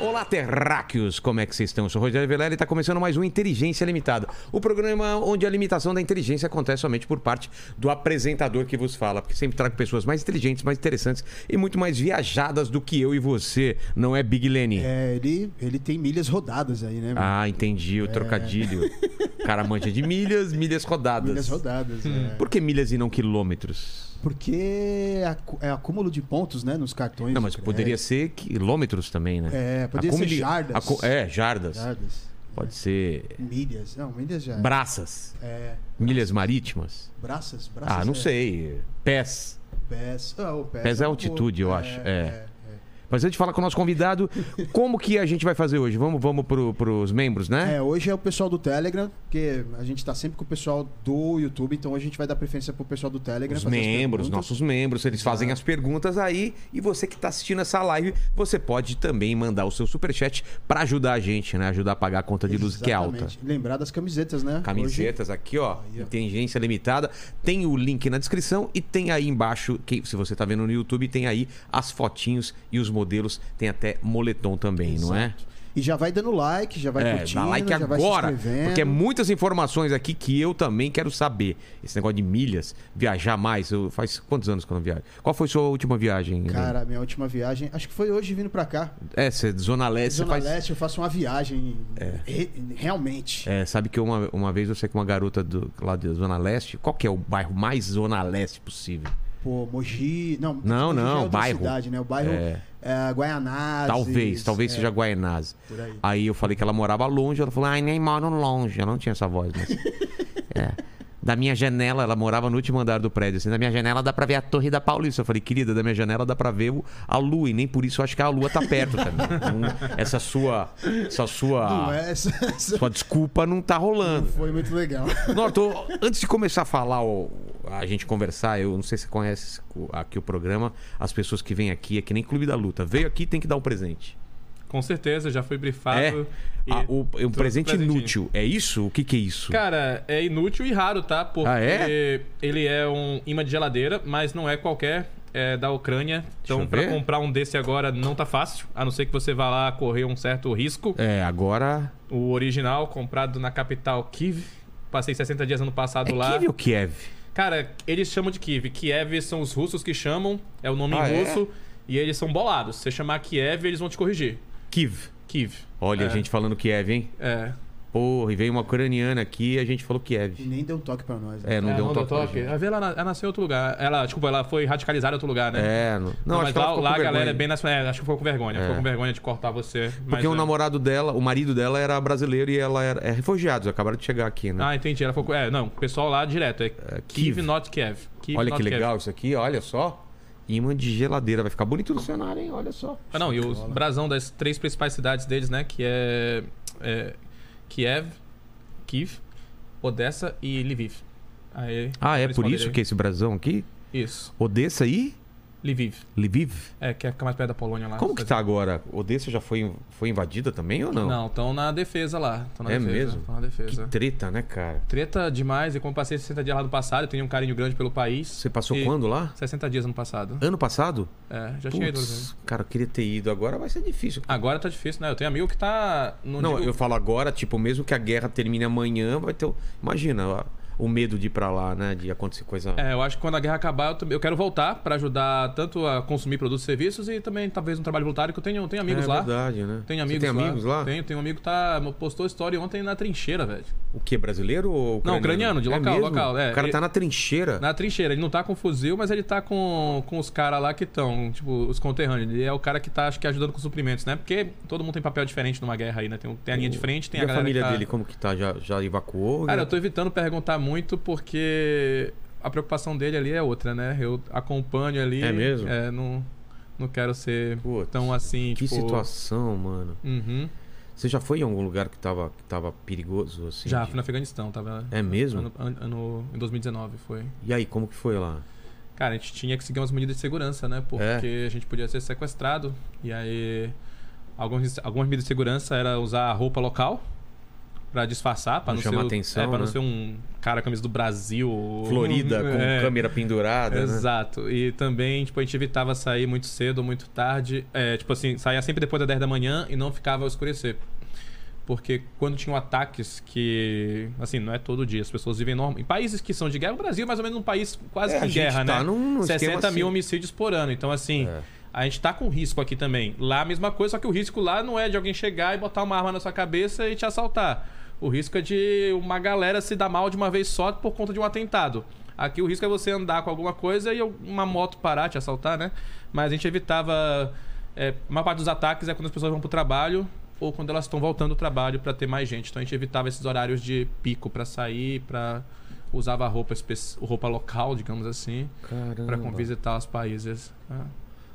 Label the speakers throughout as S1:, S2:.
S1: Olá, terráqueos! Como é que vocês estão? Eu sou Rogério Velela e está começando mais um Inteligência Limitada. O programa onde a limitação da inteligência acontece somente por parte do apresentador que vos fala. Porque sempre trago pessoas mais inteligentes, mais interessantes e muito mais viajadas do que eu e você. Não é Big Lenny?
S2: É, ele, ele tem milhas rodadas aí, né? meu?
S1: Ah, entendi. O trocadilho. Cara mancha de milhas, milhas rodadas.
S2: milhas rodadas. é.
S1: Por que milhas e não quilômetros?
S2: Porque é acu- é acúmulo de pontos, né? Nos cartões.
S1: Não, mas
S2: de
S1: poderia ser quilômetros também, né?
S2: É, poderia ser jardas.
S1: acu- É, jardas.
S2: crédito, jardas,
S1: Pode ser
S2: Milhas. Não, milhas já.
S1: braças,
S2: é,
S1: milhas marítimas.
S2: braças, braças.
S1: Ah, não
S2: é,
S1: sei. Pés.
S2: Pés. Ah, o pés,
S1: Pés é
S2: um
S1: altitude, eu
S2: pouco-
S1: acho, é. Mas antes de falar com o nosso convidado, como que a gente vai fazer hoje? Vamos, vamos pro, pros membros,
S2: é.
S1: né?
S2: É, hoje é o pessoal do Telegram, porque a gente tá sempre com o pessoal do YouTube, então hoje a gente vai dar preferência pro pessoal do Telegram.
S1: Os
S2: fazer as
S1: membros,
S2: perguntas. Tá.
S1: nossos membros, eles fazem as perguntas aí. E você que está assistindo essa live, você pode também mandar o seu superchat para ajudar a gente, né? Ajudar a pagar a conta de luz que é alta.
S2: Exatamente. Lembrar das camisetas, né? Hoje-
S1: Camisetas aqui, ó.
S2: Aí, ó.
S1: Inteligência Limitada. Tem o link na descrição e tem aí embaixo, que, se você tá vendo no YouTube, tem aí as fotinhos e os modelos. Tem até moletom também, não é?
S2: Exato. E já vai dando like, já vai
S1: É,
S2: curtindo,
S1: dá like
S2: já vai se
S1: agora,
S2: inscrevendo.
S1: porque é muitas informações aqui que eu também quero saber. Esse negócio de milhas, viajar mais, eu- faz quantos anos que eu não viajo? Qual foi sua última viagem? Helena?
S2: Cara, minha última viagem, acho que foi hoje vindo pra cá.
S1: é, você, Zona Leste,
S2: Zona
S1: você faz...
S2: Leste, eu faço uma viagem re- realmente.
S1: É, sabe que uma, uma vez eu sei que uma garota do, lá da Zona Leste, qual que é o bairro mais Zona Leste possível?
S2: Pô, Mogi, não,
S1: Não,
S2: Mogi é
S1: não,
S2: outra
S1: bairro.
S2: cidade, né? O bairro
S1: É.
S2: é. Guaianazes.
S1: Talvez, talvez
S2: é,
S1: seja Guaianazes.
S2: por aí.
S1: Aí eu falei que ela morava longe, ela falou, ai, nem moro longe. Ela não tinha essa voz, mas. É. Da minha janela, ela morava no último andar do prédio, assim, da minha janela dá pra ver a torre da Paulista. Eu falei, querida, da minha janela dá pra ver o- a lua, e nem por isso eu acho que a lua tá perto também. Não- essa sua. Essa
S2: Não,
S1: sua.
S2: é, essa- essa
S1: Sua desculpa não tá rolando.
S2: foi muito legal.
S1: Norton, antes de começar a falar, o- a gente conversar, eu não sei se você conhece o- aqui o programa, as pessoas que vêm aqui, é que nem Clube da Luta. Veio aqui tem que dar um presente.
S3: Com certeza, já fui
S1: É.
S3: brifado. e
S1: Ah, o, é um
S3: trouxe
S1: presente
S3: presentinho.
S1: inútil. É isso? O que, que é isso?
S3: Cara, é inútil e raro, tá? Porque
S1: Ah, é?
S3: ele é um imã de geladeira, mas não é qualquer, é da Ucrânia. Então,
S1: eu
S3: pra
S1: ver.
S3: comprar um desse agora não tá fácil, a não ser que você vá lá correr um certo risco.
S1: É, agora.
S3: O original, comprado na capital Kiev. Passei 60 dias ano passado
S1: É
S3: lá.
S1: Kiev ou Kiev?
S3: Cara, eles chamam de Kiev. Kiev são os russos que chamam, é o nome
S1: Ah,
S3: em
S1: é?
S3: russo. E eles são bolados. Se você chamar Kiev, eles vão te corrigir.
S1: Kiev.
S3: Kiev.
S1: Olha, a
S3: É.
S1: gente falando Kiev, hein?
S3: É.
S1: Porra, e veio uma ucraniana aqui e a gente falou
S2: E
S1: Kiev.
S2: nem deu um toque pra nós. né?
S1: É, não
S3: É,
S1: deu um
S3: não
S1: toque. pra gente.
S3: Ela, veio, ela, na- ela nasceu em outro lugar. Ela, desculpa, ela foi radicalizada em outro lugar, né?
S1: É, não. Não,
S3: Não,
S1: acho
S3: mas
S1: que ela
S3: lá,
S1: ficou
S3: lá
S1: com
S3: a galera
S1: vergonha.
S3: é bem nacional. É, acho que ficou com vergonha.
S1: É.
S3: Ficou com vergonha de cortar você.
S1: Porque o
S3: é.
S1: namorado dela, o marido dela era brasileiro e ela era, é refugiados, acabaram de chegar aqui, né?
S3: Ah, entendi. Ela ficou com... É, não. O pessoal lá direto. É, Kiev,
S1: Kiev.
S3: not Kiev. Kiev,
S1: olha
S3: not
S1: que
S3: Kiev.
S1: legal isso aqui, olha só. Imã de geladeira, vai ficar bonito no cenário, hein? Olha só.
S3: Ah, não. E o brasão das três principais cidades deles, né? Que é... é Kiev, Kiev, Odessa e Lviv. Aí,
S1: Ah, é
S3: eles
S1: por
S3: falam
S1: isso
S3: dele.
S1: que esse brasão aqui?
S3: Isso.
S1: Odessa e
S3: Lviv.
S1: Lviv?
S3: É, que é ficar mais perto da Polônia lá.
S1: Como que tá agora? Odessa já foi, foi invadida também ou não?
S3: Não, estão na defesa lá. Tão na
S1: É
S3: defesa,
S1: mesmo?
S3: Tão na defesa.
S1: Que treta, né, cara?
S3: Treta demais, e como passei 60 dias lá no passado, eu tenho um carinho grande pelo país.
S1: Você passou
S3: E-
S1: quando lá?
S3: 60 dias no passado.
S1: Ano passado?
S3: É, já tinha ido. né?
S1: Putz, cara, eu queria ter ido. Agora vai ser difícil.
S3: Agora tá difícil, né? Eu tenho amigo que tá. Não,
S1: Não,
S3: digo-
S1: eu falo agora, tipo, mesmo que a guerra termine amanhã, vai ter. o- Imagina ó, o medo de ir pra lá, né? De acontecer coisa.
S3: É, eu acho que quando a guerra acabar, eu, também- eu quero voltar pra ajudar tanto a consumir produtos e serviços e também, talvez, um trabalho voluntário, que eu tenho, tenho amigos
S1: É
S3: lá.
S1: verdade, né?
S3: Tenho
S1: Você
S3: amigos
S1: tem
S3: lá.
S1: amigos lá?
S3: Tenho, tenho um amigo que tá, postou história ontem na trincheira, velho.
S1: O que? Brasileiro ou ucraniano?
S3: Não, ucraniano, de
S1: É
S3: local,
S1: mesmo?
S3: local, é.
S1: O cara tá
S3: E-
S1: na trincheira.
S3: Na trincheira, ele não tá com fuzil, mas ele tá com, com os caras lá que estão, tipo, os conterrâneos. Ele é o cara que tá, acho que, ajudando com suprimentos, né? Porque todo mundo tem papel diferente numa guerra aí, né? Tem, um- tem a linha de frente, tem
S1: e
S3: a
S1: a,
S3: galera
S1: família
S3: que tá...
S1: dele, como é? que tá? Já, já evacuou?
S3: Cara,
S1: Já-
S3: eu tô evitando perguntar muito porque a preocupação dele ali é outra, né? Eu acompanho ali.
S1: É mesmo?
S3: É, não, não quero ser
S1: Putz,
S3: tão assim,
S1: Que
S3: tipo...
S1: situação, mano.
S3: Uhum.
S1: Você já foi em algum lugar que tava, que tava perigoso, assim?
S3: Já,
S1: de-
S3: fui no Afeganistão, tava...
S1: É mesmo?
S3: Ano, ano- ano- em 2019 foi.
S1: E aí, como que foi lá?
S3: Cara, a gente tinha que seguir umas medidas de segurança,
S1: É.
S3: né? Porque a gente podia ser sequestrado. E aí, algumas, algumas medidas de segurança era usar a roupa local, Pra disfarçar, pra
S1: Não
S3: não,
S1: chamar
S3: ser, o-
S1: atenção,
S3: é, pra não
S1: né?
S3: ser um cara camisa do Brasil. ou-
S1: Florida, com
S3: É.
S1: câmera pendurada. né?
S3: Exato. E também, tipo, a gente evitava sair muito cedo, muito tarde. É, tipo assim, saía sempre depois das 10 da manhã e não ficava ao escurecer. Porque quando tinham ataques que, assim, não é todo dia, as pessoas vivem normal. Em países que são de guerra, o Brasil é mais ou menos um país quase
S1: É,
S3: que
S1: a
S3: em
S1: gente
S3: guerra,
S1: tá
S3: né?
S1: num- num esquema
S3: 60 mil
S1: assim.
S3: homicídios por ano. Então, assim,
S1: É.
S3: a gente tá com risco aqui também. Lá a mesma coisa, só que o risco lá não é de alguém chegar e botar uma arma na sua cabeça e te assaltar. O risco é de uma galera se dar mal de uma vez só por conta de um atentado. Aqui o risco é você andar com alguma coisa e uma moto parar, te assaltar, né? Mas a gente evitava. É, a maior parte dos ataques é quando as pessoas vão pro trabalho ou quando elas estão voltando do trabalho pra ter mais gente. Então a gente evitava esses horários de pico pra sair, pra usava roupa, espe- roupa local, digamos assim, pra
S1: Caramba.
S3: visitar os países. né?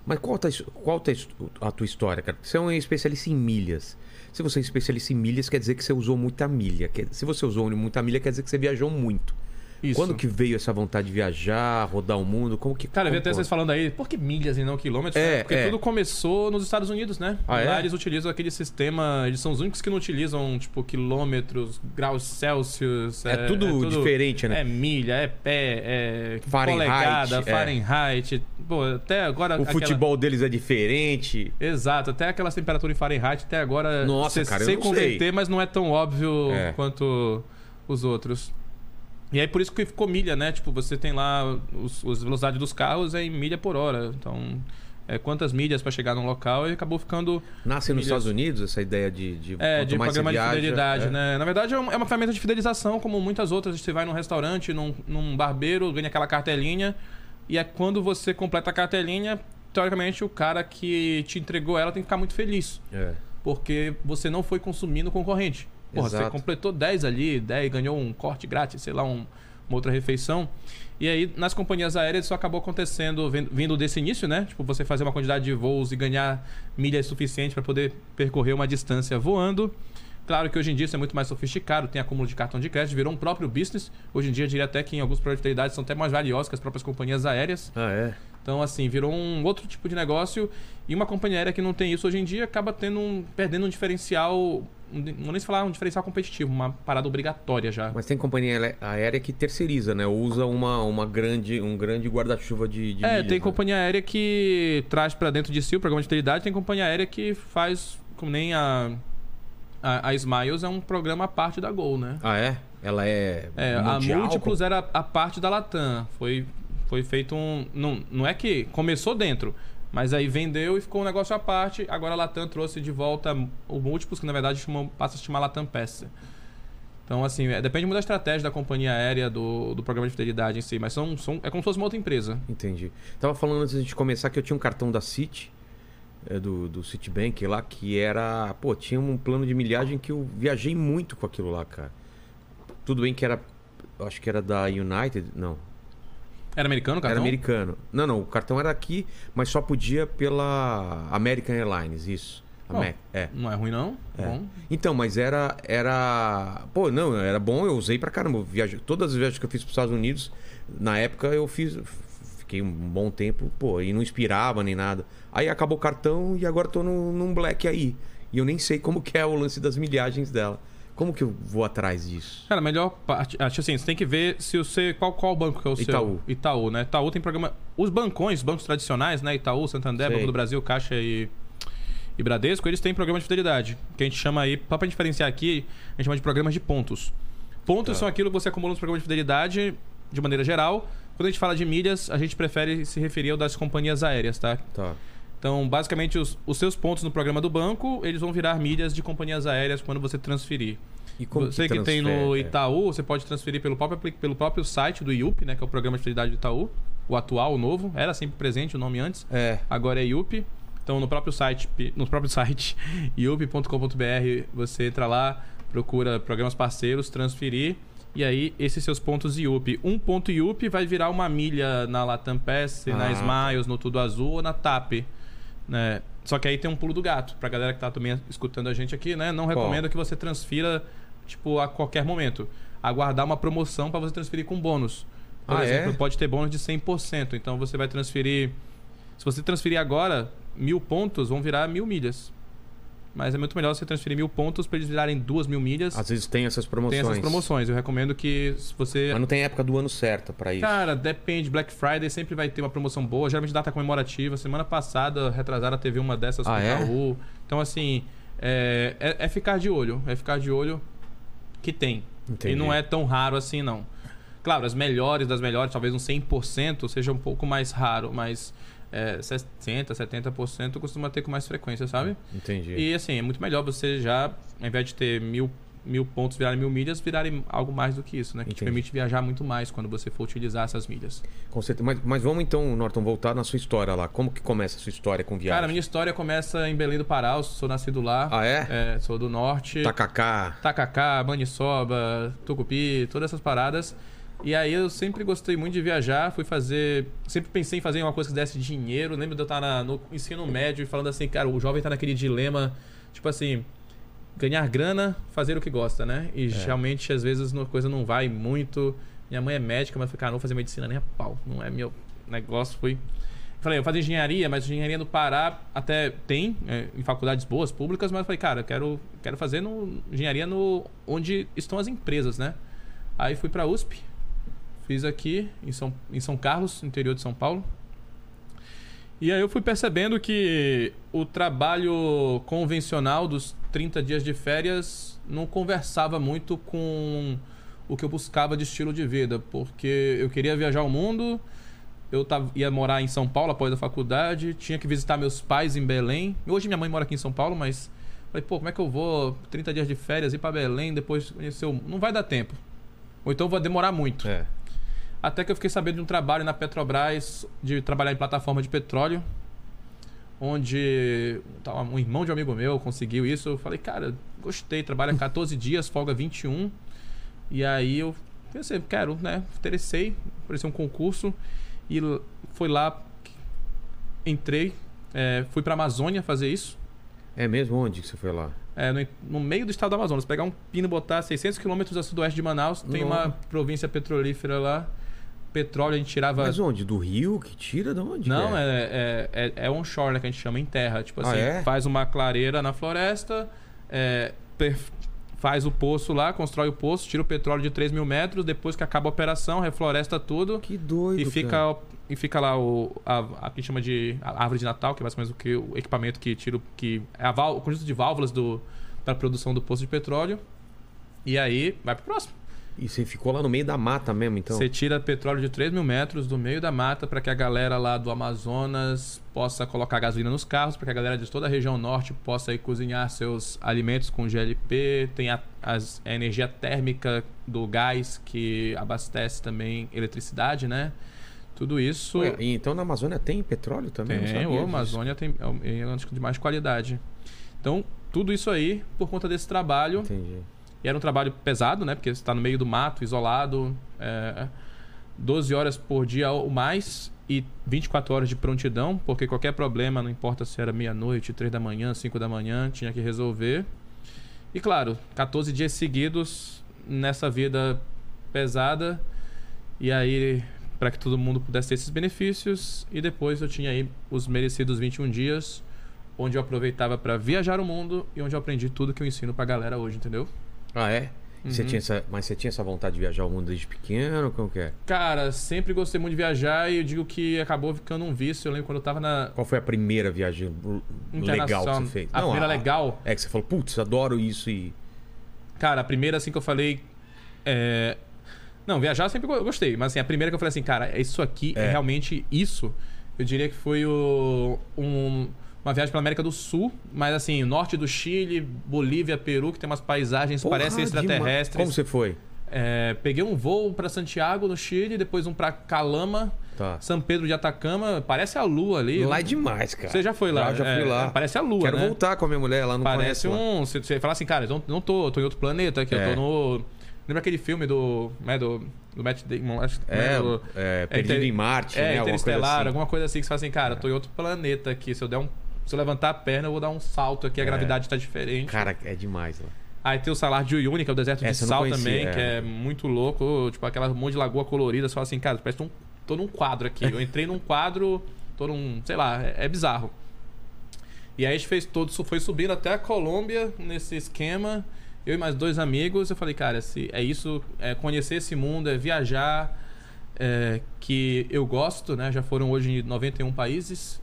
S1: Mas qual, tá, qual tá a tua história, cara? Você é um especialista em milhas. Se você é especialista em milhas, quer dizer que você usou muita milha. Quer- Se você usou muita milha, quer dizer que você viajou muito.
S3: Isso.
S1: Quando que veio essa vontade de viajar, rodar o mundo? Como que.
S3: Cara, eu vi
S1: como
S3: até vocês falando aí, por que milhas e não quilômetros?
S1: É,
S3: né? Porque
S1: é.
S3: tudo começou nos Estados Unidos, né?
S1: Ah, é?
S3: Lá eles utilizam aquele sistema, eles são os únicos que não utilizam, tipo, quilômetros, graus Celsius.
S1: É tudo diferente, né?
S3: É milha, é pé, é
S1: Fahrenheit,
S3: polegada,
S1: é.
S3: Fahrenheit. Pô, até agora...
S1: O futebol deles é diferente.
S3: Exato, até aquelas temperaturas em Fahrenheit, até agora
S1: Nossa,
S3: cê-
S1: cara, eu
S3: sei
S1: não
S3: converter,
S1: sei.
S3: mas não é tão óbvio
S1: É.
S3: quanto os outros. E aí por isso que ficou milha, né? Tipo, você tem lá os, os velocidades dos carros é em milha por hora. Então, é quantas milhas para chegar num local e acabou ficando
S1: Nasce nos
S3: Milhas.
S1: Estados Unidos essa ideia de. de
S3: é,
S1: quanto
S3: de
S1: mais você
S3: programa de
S1: viaja,
S3: fidelidade,
S1: é.
S3: né? Na verdade, é um- é uma ferramenta de fidelização, como muitas outras. Você vai num restaurante, num, num barbeiro, ganha aquela cartelinha. E é quando você completa a cartelinha, teoricamente, o cara que te entregou ela tem que ficar muito feliz.
S1: É.
S3: porque você não foi consumindo o concorrente. Porra,
S1: Exato.
S3: você completou 10 ali, 10 ganhou um corte grátis, sei lá, um- uma outra refeição. E aí, nas companhias aéreas, isso acabou acontecendo vin- vindo desse início, né? Tipo, você fazer uma quantidade de voos e ganhar milhas suficiente para poder percorrer uma distância voando. Claro que hoje em dia isso é muito mais sofisticado, tem acúmulo de cartão de crédito, virou um próprio business. Hoje em dia, eu diria até que em alguns produtos de fidelidade são até mais valiosas que as próprias companhias aéreas.
S1: Ah, é.
S3: Então, assim, virou um outro tipo de negócio e uma companhia aérea que não tem isso hoje em dia acaba tendo um, perdendo um diferencial, um- não vou nem se falar um diferencial competitivo, uma parada obrigatória já.
S1: Mas tem companhia aé- aérea que terceiriza, né? Usa uma, uma grande, um grande guarda-chuva de, de
S3: é,
S1: milhas,
S3: tem
S1: né?
S3: companhia aérea que traz pra dentro de si o programa de fidelidade, tem companhia aérea que faz, como nem a, a, a Smiles, é um programa à parte da Gol, né?
S1: Ah, é? Ela é.
S3: É,
S1: mundial,
S3: a Múltiplos
S1: como-
S3: era a parte da Latam. Foi, foi feito um. Não, não é que começou dentro, mas aí vendeu e ficou um negócio à parte. Agora a Latam trouxe de volta o Múltiplos, que na verdade chamou- passa a se chamar Latam Peça. Então, assim, é- depende muito da estratégia da companhia aérea, do, do programa de fidelidade em si, mas são, são, é como se fosse uma outra empresa.
S1: Entendi. Tava falando antes de gente começar que eu tinha um cartão da Citi, é, do, do Citibank lá, que era. Pô, tinha um plano de milhagem que eu viajei muito com aquilo lá, cara. Tudo bem que era. eu Acho que era da United. Não.
S3: Era americano, cara?
S1: Era americano. Não, não. O cartão era aqui, mas só podia pela American Airlines, isso. A
S3: Bom.
S1: Mac, é.
S3: Não é ruim, não. Bom.
S1: Então, mas era. era Pô, não, era bom, eu usei pra caramba. Eu viaje- Todas as viagens que eu fiz pros Estados Unidos, na época eu fiz. Fiquei um bom tempo, pô, e não inspirava nem nada. Aí acabou o cartão e agora tô num, num black aí. E eu nem sei como que é o lance das milhagens dela. Como que eu vou atrás disso?
S3: Cara, a melhor parte. Acho assim, você tem que ver se você. Qual, qual banco que é o
S1: Itaú.
S3: seu? Itaú, né? Itaú tem programa. Os bancões, bancos tradicionais, né? Itaú, Santander,
S1: Sei.
S3: Banco do Brasil, Caixa e, e Bradesco, eles têm programa de fidelidade. Que a gente chama aí, só pra diferenciar aqui, a gente chama de programas de pontos.
S1: Tá.
S3: Pontos são aquilo que você acumula nos programas de fidelidade, de maneira geral. Quando a gente fala de milhas, a gente prefere se referir ao das companhias aéreas, tá?
S1: Tá.
S3: Então, basicamente, os, os seus pontos no programa do banco, eles vão virar milhas de companhias aéreas quando você transferir
S1: E como É.
S3: você que, tem no
S1: transfere?
S3: Itaú, você pode transferir pelo próprio, apli- pelo próprio site do IUP, né? Que é o programa de fidelidade do Itaú. O atual, o novo. Era sempre presente o nome antes.
S1: É.
S3: Agora é IUP. Então no próprio site, pi- no próprio site iup.com.br, você entra lá, procura programas parceiros, transferir. E aí, esses seus pontos IUP. Um ponto IUP vai virar uma milha na Latam Pass,
S1: Ah.
S3: na Smiles, no Tudo Azul ou na TAP. Né? Só que aí tem um pulo do gato. Pra galera que tá também escutando a gente aqui, né? Não
S1: Qual?
S3: recomendo que você transfira, tipo, a qualquer momento. Aguardar uma promoção pra você transferir com bônus. Por
S1: Ah, é?
S3: exemplo, pode ter bônus de 100%. Então você vai transferir. Se você transferir agora, mil pontos vão virar mil milhas. Mas é muito melhor você transferir mil pontos pra eles virarem duas mil milhas.
S4: Às vezes tem essas promoções.
S3: Tem essas promoções. Eu recomendo que se você.
S4: Mas não tem época do ano certa pra é isso.
S3: Cara, depende. Black Friday sempre vai ter uma promoção boa. Geralmente data comemorativa. Semana passada, retrasada, teve uma dessas
S4: Ah, é?
S3: Yahoo. Então, assim, é, é- é ficar de olho. É ficar de olho que tem.
S4: Entendi.
S3: E não é tão raro assim, não. Claro, as melhores das melhores, talvez um uns 100% seja um pouco mais raro, mas é, 60%, 70% costuma ter com mais frequência, sabe?
S4: Entendi.
S3: E assim, é muito melhor você já, ao invés de ter mil, mil pontos virarem mil milhas, virarem algo mais do que isso, né? Que te
S4: Entendi.
S3: permite viajar muito mais quando você for utilizar essas milhas.
S4: Com certeza. Mas, mas vamos então, Norton, voltar na sua história lá. Como que começa a sua história com viagem?
S3: Cara, a minha história começa em Belém do Pará, eu sou nascido lá.
S4: Ah, é?
S3: sou do norte.
S4: Tacacá.
S3: Tacacá, Maniçoba, Tucupi, todas essas paradas. E aí eu sempre gostei muito de viajar, fui fazer. Sempre pensei em fazer uma coisa que desse dinheiro. Lembro de eu estar na- no ensino médio e falando assim, cara, o jovem tá naquele dilema, tipo assim, ganhar grana, fazer o que gosta, né? E realmente, às vezes, a coisa não vai muito. Minha mãe é médica, mas eu falei, cara, não vou fazer medicina nem a pau. Não é meu negócio, fui. Falei, eu faço engenharia, mas engenharia no Pará até tem, é, em faculdades boas, públicas, mas eu falei, cara, eu quero, quero fazer no, engenharia no, onde estão as empresas, né? Aí fui pra USP, fiz aqui em São, em São Carlos, no interior de São Paulo. E aí eu fui percebendo que o trabalho convencional dos 30 dias de férias não conversava muito com o que eu buscava de estilo de vida, porque eu queria viajar o mundo, eu tava, ia morar em São Paulo após a faculdade, tinha que visitar meus pais em Belém. Hoje minha mãe mora aqui em São Paulo, mas falei, pô, como é que eu vou 30 dias de férias ir pra Belém, depois conhecer o... não vai dar tempo. Ou então vai demorar muito.
S4: É.
S3: Até que eu fiquei sabendo de um trabalho na Petrobras, de trabalhar em plataforma de petróleo, onde tá, um irmão de um amigo meu conseguiu isso. Eu falei, cara, gostei, trabalha 14 dias, folga 21. E aí eu pensei, quero, né? Interessei, apareceu um concurso e l- fui lá, entrei, é, fui pra Amazônia fazer isso.
S4: É mesmo? Onde que você foi lá?
S3: É, no, no meio do estado do Amazonas. Pegar um pino e botar 600 quilômetros a sudoeste de Manaus, tem
S4: Nossa.
S3: uma província petrolífera lá. Petróleo a gente tirava.
S4: Mas onde? Do rio? Que tira? De onde?
S3: Não,
S4: que é.
S3: é, é, é, é onshore, né? Que a gente chama em terra. Tipo
S4: Ah,
S3: assim,
S4: é?
S3: faz uma clareira na floresta, é, perf- faz o poço lá, constrói o poço, tira o petróleo de 3 mil metros, depois que acaba a operação, refloresta tudo.
S4: Que doido.
S3: é E fica,
S4: cara.
S3: o- e fica lá o, a, a que chama de a- árvore de Natal, que é mais ou menos o, que, o equipamento que tira. o- Que é a val- o conjunto de válvulas do, para produção do poço de petróleo. E aí vai pro próximo.
S4: E você ficou lá no meio da mata mesmo, então?
S3: Você tira petróleo de 3 mil metros do meio da mata para que a galera lá do Amazonas possa colocar gasolina nos carros, para que a galera de toda a região norte possa ir cozinhar seus alimentos com GLP. Tem a, as- a energia térmica do gás que abastece também eletricidade, né? Tudo isso.
S4: Ué, e então na Amazônia tem petróleo também? Eu não
S3: Tem,
S4: sabia
S3: o
S4: disso.
S3: Amazônia tem é um- é um de mais qualidade. Então, tudo isso aí por conta desse trabalho.
S4: Entendi.
S3: E era um trabalho pesado, né? Porque você está no meio do mato, isolado, é, 12 horas por dia ou mais e 24 horas de prontidão, porque qualquer problema, não importa se era meia-noite, 3 da manhã, 5 da manhã, tinha que resolver. E claro, 14 dias seguidos nessa vida pesada. E aí, para que todo mundo pudesse ter esses benefícios. E depois eu tinha aí os merecidos 21 dias, onde eu aproveitava para viajar o mundo e onde eu aprendi tudo que eu ensino pra galera hoje, entendeu?
S4: Ah, é? E
S3: Uhum.
S4: Você tinha essa... Mas você tinha essa vontade de viajar o mundo desde pequeno? Como que é?
S3: Cara, sempre gostei muito de viajar e eu digo que acabou ficando um vício. Eu lembro quando eu tava na
S4: Qual foi a primeira viagem l- legal que
S3: internacional.
S4: você fez?
S3: A
S4: Não,
S3: primeira legal.
S4: É que você falou, putz, adoro isso e...
S3: Cara, a primeira assim que eu falei. é, Não, viajar eu sempre go- eu gostei, mas assim, a primeira que eu falei assim, cara, é isso aqui é,
S4: É.
S3: realmente isso. Eu diria que foi o- um- uma viagem pela América do Sul, mas assim, norte do Chile, Bolívia, Peru, que tem umas paisagens que
S4: Porra,
S3: parecem
S4: demais.
S3: extraterrestres.
S4: Como você foi?
S3: É, peguei um voo pra Santiago, no Chile, depois um pra Calama,
S4: Tá.
S3: São Pedro de Atacama, parece a lua ali.
S4: Lá é demais, cara.
S3: Você já foi lá?
S4: Já, já
S3: É,
S4: fui lá.
S3: é, parece a lua,
S4: Quero
S3: né?
S4: voltar com a minha mulher lá no
S3: Parece um. Você, você fala assim, cara, eu não, não tô, eu tô em outro planeta aqui,
S4: É.
S3: eu tô no. Lembra aquele filme do. Né, do, do Matt Damon, acho que.
S4: É,
S3: né, do-
S4: é, Perdido
S3: inter-
S4: em Marte,
S3: é,
S4: né? alguma coisa
S3: Interestelar,
S4: assim.
S3: alguma coisa assim que você fala assim, cara, eu tô em outro planeta aqui. Se eu der um. Se eu levantar a perna, eu vou dar um salto aqui, a gravidade tá diferente.
S4: É. Cara, é demais lá.
S3: Aí tem o Salar de Uyuni, que é o deserto
S4: Essa eu
S3: de
S4: não
S3: sal
S4: conhecia,
S3: também,
S4: é.
S3: que é muito louco. Tipo, aquela monte de lagoa colorida. Você fala assim, cara, parece que tô num- tô num quadro aqui. Eu entrei num quadro, tô num... Sei lá, é, é bizarro. E aí a gente fez todo, foi subindo até a Colômbia nesse esquema. Eu e mais dois amigos, eu falei, cara, se é isso, é conhecer esse mundo, é viajar, é, que eu gosto, né? Já foram hoje 91 países.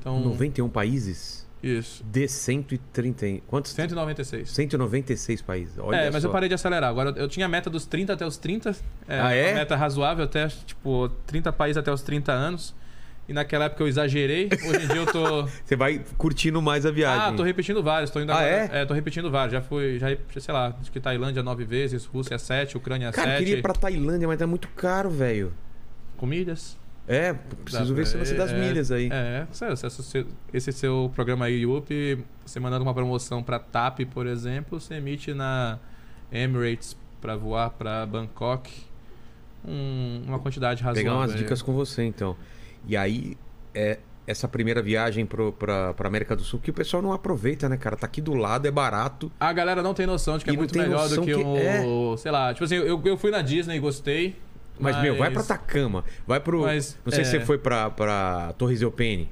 S3: Então,
S1: 91 países
S3: isso.
S1: de 130. e- Quantos?
S3: 196.
S1: 196 países. Olha
S3: é, mas
S1: só.
S3: eu parei de acelerar. Agora, eu tinha a meta dos 30 até os 30. É,
S1: Ah, é?
S3: Uma meta razoável até, tipo, 30 países até os 30 anos. E naquela época eu exagerei. Hoje em dia eu tô...
S1: Você vai curtindo mais a viagem.
S3: Ah, tô repetindo vários. Tô indo
S1: Ah,
S3: agora-
S1: é?
S3: tô repetindo vários. Já fui, já, sei lá, acho que Tailândia nove vezes, Rússia sete, Ucrânia
S1: Cara, eu
S3: sete.
S1: queria ir pra Tailândia, mas tá muito caro, velho.
S3: Comidas.
S1: É, preciso
S3: Dá-
S1: ver se você das
S3: é,
S1: milhas aí.
S3: É, sério, se esse seu- esse seu programa aí, Yupi, você mandando uma promoção pra TAP, por exemplo, você emite na Emirates pra voar pra Bangkok um- uma quantidade razoável.
S1: Pegar umas
S3: aí.
S1: dicas com você, então. E aí, é, essa primeira viagem pro, pra, pra América do Sul, que o pessoal não aproveita, né, cara? Tá aqui do lado, é barato.
S3: A galera não tem noção de que
S1: E
S3: é
S1: não
S3: muito
S1: tem
S3: melhor do
S1: noção
S3: que,
S1: que é.
S3: o. Sei lá, tipo assim, eu, eu fui na Disney e gostei.
S1: Mas, meu, vai pra
S3: mas-
S1: Atacama, vai pro...
S3: Mas,
S1: não sei se
S3: é.
S1: você foi pra, pra Torres Eupene.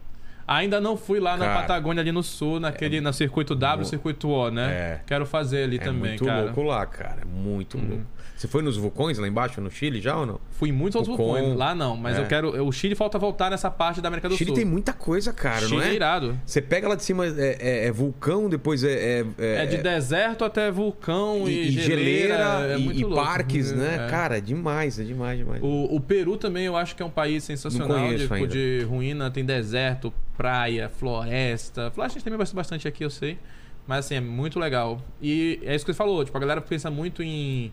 S3: Ainda não fui lá na
S1: Cara, É
S3: Patagônia ali no sul, naquele, no circuito W,
S1: mu-
S3: circuito O, né?
S1: É.
S3: Quero fazer ali
S1: É
S3: também,
S1: muito
S3: cara. Uhum.
S1: louco lá, cara. é Muito louco. Você foi nos vulcões lá embaixo, no Chile já ou não?
S3: Fui em muitos outros
S1: Pucon.
S3: vulcões. Lá não, mas
S1: É.
S3: eu quero. eu- O Chile falta voltar nessa parte da América do
S1: Chile
S3: Sul.
S1: tem muita coisa, cara,
S3: Chile
S1: não
S3: é
S1: é?
S3: irado.
S1: Você pega lá de cima, é, é- é vulcão, depois é... é-
S3: É, de deserto até vulcão
S1: e,
S3: e,
S1: e geleira,
S3: é
S1: e,
S3: muito
S1: e
S3: louco.
S1: parques, né?
S3: É.
S1: Cara, é demais, é demais, demais.
S3: O, o Peru também eu acho que é um país
S1: Não
S3: sensacional,
S1: conheço
S3: tipo,
S1: ainda.
S3: de ruína, tem deserto, praia, floresta. Floresta a gente também gosta bastante aqui, eu sei. Mas assim, é muito legal. E é isso que você falou, tipo, a galera pensa muito em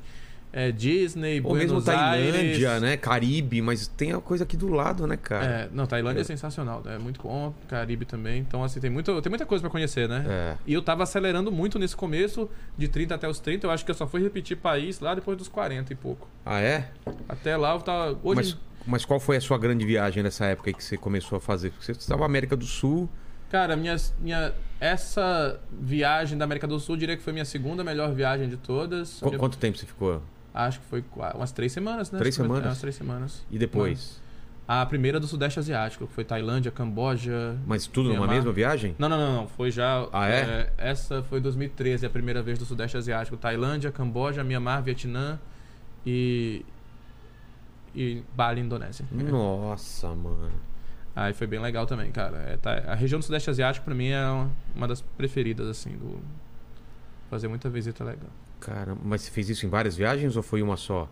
S3: é, Disney,
S1: Ou
S3: Buenos
S1: mesmo Tailândia,
S3: Aires.
S1: né? Caribe, mas tem a coisa aqui do lado, né, cara?
S3: É, não, Tailândia é sensacional, é muito bom, Caribe também. Então, assim, tem, muito, tem muita coisa pra conhecer, né?
S1: É.
S3: E eu tava acelerando muito nesse começo, de 30 até os 30, eu acho que eu só fui repetir país lá depois dos 40 e pouco.
S1: Ah, é?
S3: Até lá eu tava. Hoje,
S1: Mas, mas qual foi a sua grande viagem nessa época aí que você começou a fazer? Porque você estava na América do Sul.
S3: Cara, minha, minha, essa viagem da América do Sul, eu diria que foi minha segunda melhor viagem de todas.
S1: Qu-
S3: Eu-
S1: Quanto tempo você ficou?
S3: Acho que foi qua- umas três semanas, né?
S1: Três
S3: Acho que foi-
S1: semanas?
S3: é, umas três semanas.
S1: E depois?
S3: A primeira do Sudeste Asiático, que foi Tailândia, Camboja.
S1: Mas tudo numa
S3: Mianmar.
S1: mesma viagem?
S3: Não, não, não, não. Foi já.
S1: Ah, é?
S3: essa foi em 2013, a primeira vez do Sudeste Asiático. Tailândia, Camboja, Mianmar, Vietnã e. E Bali, Indonésia.
S1: Hum.
S3: É.
S1: Nossa, mano.
S3: Aí foi bem legal também, cara. É, tá- a região do Sudeste Asiático, pra mim, é uma- uma das preferidas, assim, do. Fazer muita visita legal.
S1: Cara, mas você fez isso em várias viagens ou foi uma só?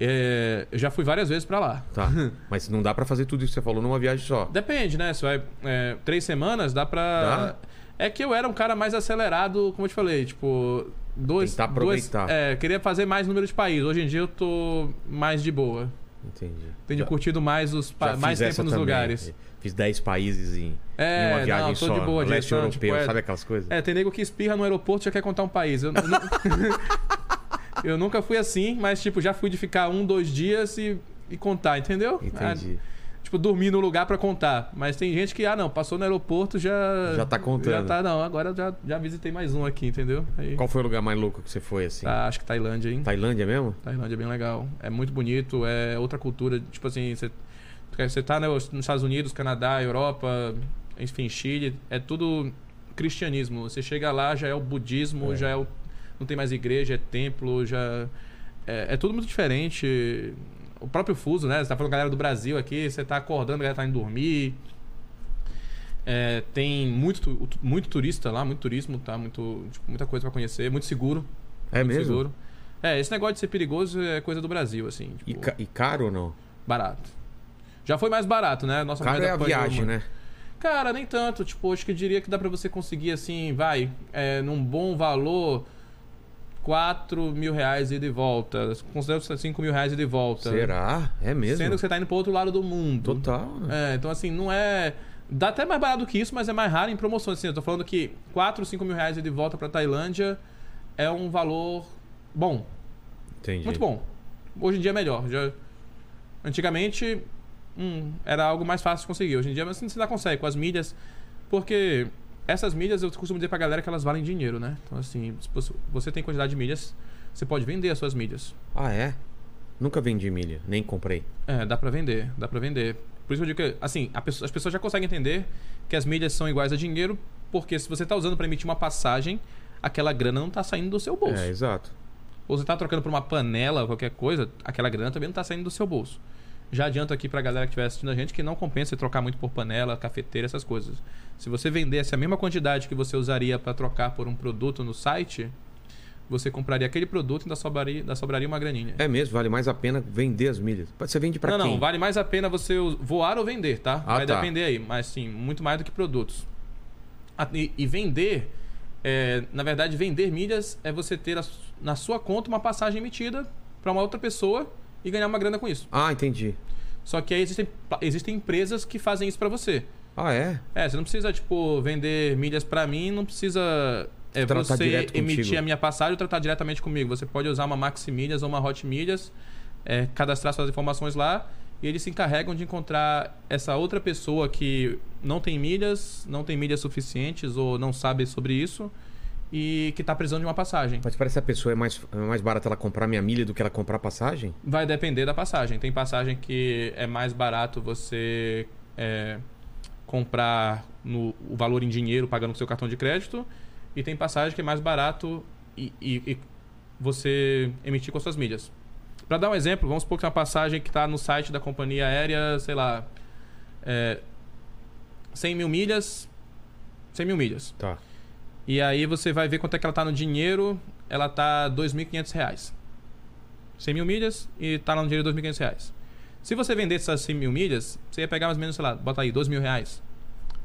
S3: É, eu já fui várias vezes pra lá.
S1: Tá. mas não dá pra fazer tudo isso que você falou numa viagem só.
S3: Depende, né? Se vai é, três semanas, dá pra. É que eu era um cara mais acelerado, como eu te falei, tipo. Dois,
S1: Tentar
S3: dois-
S1: aproveitar.
S3: é, queria fazer mais número de país. Hoje em dia eu tô mais de boa.
S1: Entendi.
S3: Tenho
S1: Já-
S3: curtido mais os pa-
S1: já fiz
S3: mais tempo
S1: essa
S3: nos
S1: também. é,
S3: lugares.
S1: Fiz 10 países em,
S3: É,
S1: em uma viagem
S3: não, tô
S1: só.
S3: de boa
S1: leste
S3: disso, não,
S1: europeu,
S3: tipo, é-
S1: sabe aquelas coisas?
S3: É, tem nego que espirra no aeroporto e já quer contar um país. Eu, eu nu- eu nunca fui assim, mas tipo, já fui de ficar um, dois dias e, e contar, entendeu?
S1: Entendi.
S3: Ah, tipo, dormir no lugar pra contar. Mas tem gente que, ah não, passou no aeroporto, já...
S1: Já tá contando.
S3: Já tá, não, agora já, já visitei mais um aqui, entendeu? Aí,
S1: Qual foi o lugar mais louco que você foi, assim?
S3: tá, acho que Tailândia, hein?
S1: Tailândia mesmo?
S3: Tailândia é bem legal. É muito bonito, é outra cultura. Tipo assim, você, você tá né, nos Estados Unidos, Canadá, Europa, enfim, Chile, é tudo cristianismo. Você chega lá, já é o budismo, já é o. Não tem mais igreja, é templo, já. É, é tudo muito diferente. O próprio fuso, né? Você tá falando com a galera do Brasil aqui, você tá acordando, a galera tá indo dormir. É, tem muito, tu- muito turista lá, muito turismo, tá? Muito, tipo, muita coisa pra conhecer, muito seguro.
S1: É
S3: Muito
S1: mesmo?
S3: seguro. É, esse negócio de ser perigoso é coisa do Brasil, assim. Tipo,
S1: E, ca- e caro ou não?
S3: Barato. Já foi mais barato, né? Nossa
S1: Caro
S3: moeda
S1: é a
S3: apanhou
S1: viagem,
S3: muito.
S1: né?
S3: Cara, nem tanto. Tipo, acho que eu diria que dá pra você conseguir, assim, vai, é, num bom valor, 4 mil reais ida e volta. Considero 5 mil reais ida e volta.
S1: Será? É mesmo?
S3: Tá. Sendo que você tá indo pro outro lado do mundo.
S1: Total, né?
S3: É, então assim, não é. Dá até mais barato que isso, mas é mais raro em promoções. Assim, eu tô falando que 4, 5 mil reais ida e volta pra Tailândia é um valor bom.
S1: Entendi.
S3: É. Muito bom. Hoje em dia é melhor. Já... Antigamente hum, era algo mais fácil de conseguir. Hoje em dia assim, você ainda consegue com as milhas. Porque essas milhas eu costumo dizer pra galera que elas valem dinheiro, né? Então, assim, se você- você tem quantidade de milhas, você pode vender as suas milhas.
S1: Ah, é? Nunca vendi milha, nem comprei.
S3: É, dá pra vender, dá pra vender. Por isso que eu digo que, assim, a pessoa- as pessoas já conseguem entender que as milhas são iguais a dinheiro Porque se você tá usando para emitir uma passagem, aquela grana não tá saindo do seu bolso.
S1: É, exato.
S3: Ou você tá trocando por uma panela, qualquer coisa, aquela grana também não tá saindo do seu bolso. Já adianto aqui pra galera que estiver assistindo a gente que não compensa você trocar muito por panela, cafeteira, essas coisas. Se você vendesse a mesma quantidade que você usaria para trocar por um produto no site, você compraria aquele produto e ainda sobraria, ainda sobraria uma graninha.
S1: É mesmo, vale mais a pena vender as milhas. Você vende pra
S3: não,
S1: quem?
S3: não, vale mais a pena você us- voar ou vender, tá?
S1: Ah,
S3: Vai
S1: tá.
S3: depender aí, mas sim, muito mais do que produtos. A- E, e vender, é, na verdade, vender milhas é você ter a su- na sua conta uma passagem emitida para uma outra pessoa e ganhar uma grana com isso.
S1: Ah, entendi.
S3: Só que aí existem, pla- existem empresas que fazem isso para você.
S1: Ah, é?
S3: É, você não precisa, tipo, vender milhas pra mim, não precisa é,
S1: Tratar
S3: você
S1: direto
S3: emitir
S1: contigo.
S3: a minha passagem ou tratar diretamente comigo. Você pode usar uma Maxi Milhas ou uma Hot Milhas, é, cadastrar suas informações lá e eles se encarregam de encontrar essa outra pessoa que não tem milhas, não tem milhas suficientes ou não sabe sobre isso e que tá precisando de uma passagem.
S1: Mas parece que a pessoa é mais, é mais barata ela comprar minha milha do que ela comprar passagem?
S3: Vai depender da passagem. Tem passagem que é mais barato você é, comprar no, o valor em dinheiro pagando com seu cartão de crédito. E tem passagem que é mais barato e, e- e você emitir com as suas milhas. Para dar um exemplo, vamos supor que tem uma passagem que está no site da companhia aérea, sei lá, é, 100 mil milhas, 100 mil milhas.
S1: Tá.
S3: E aí você vai ver quanto é que ela tá no dinheiro. Ela tá R$ 2.500 reais. 100 mil milhas e tá lá no dinheiro R$ 2.500 reais. Se você vendesse essas 100 mil milhas, você ia pegar mais ou menos, sei lá, bota aí, 2 mil reais.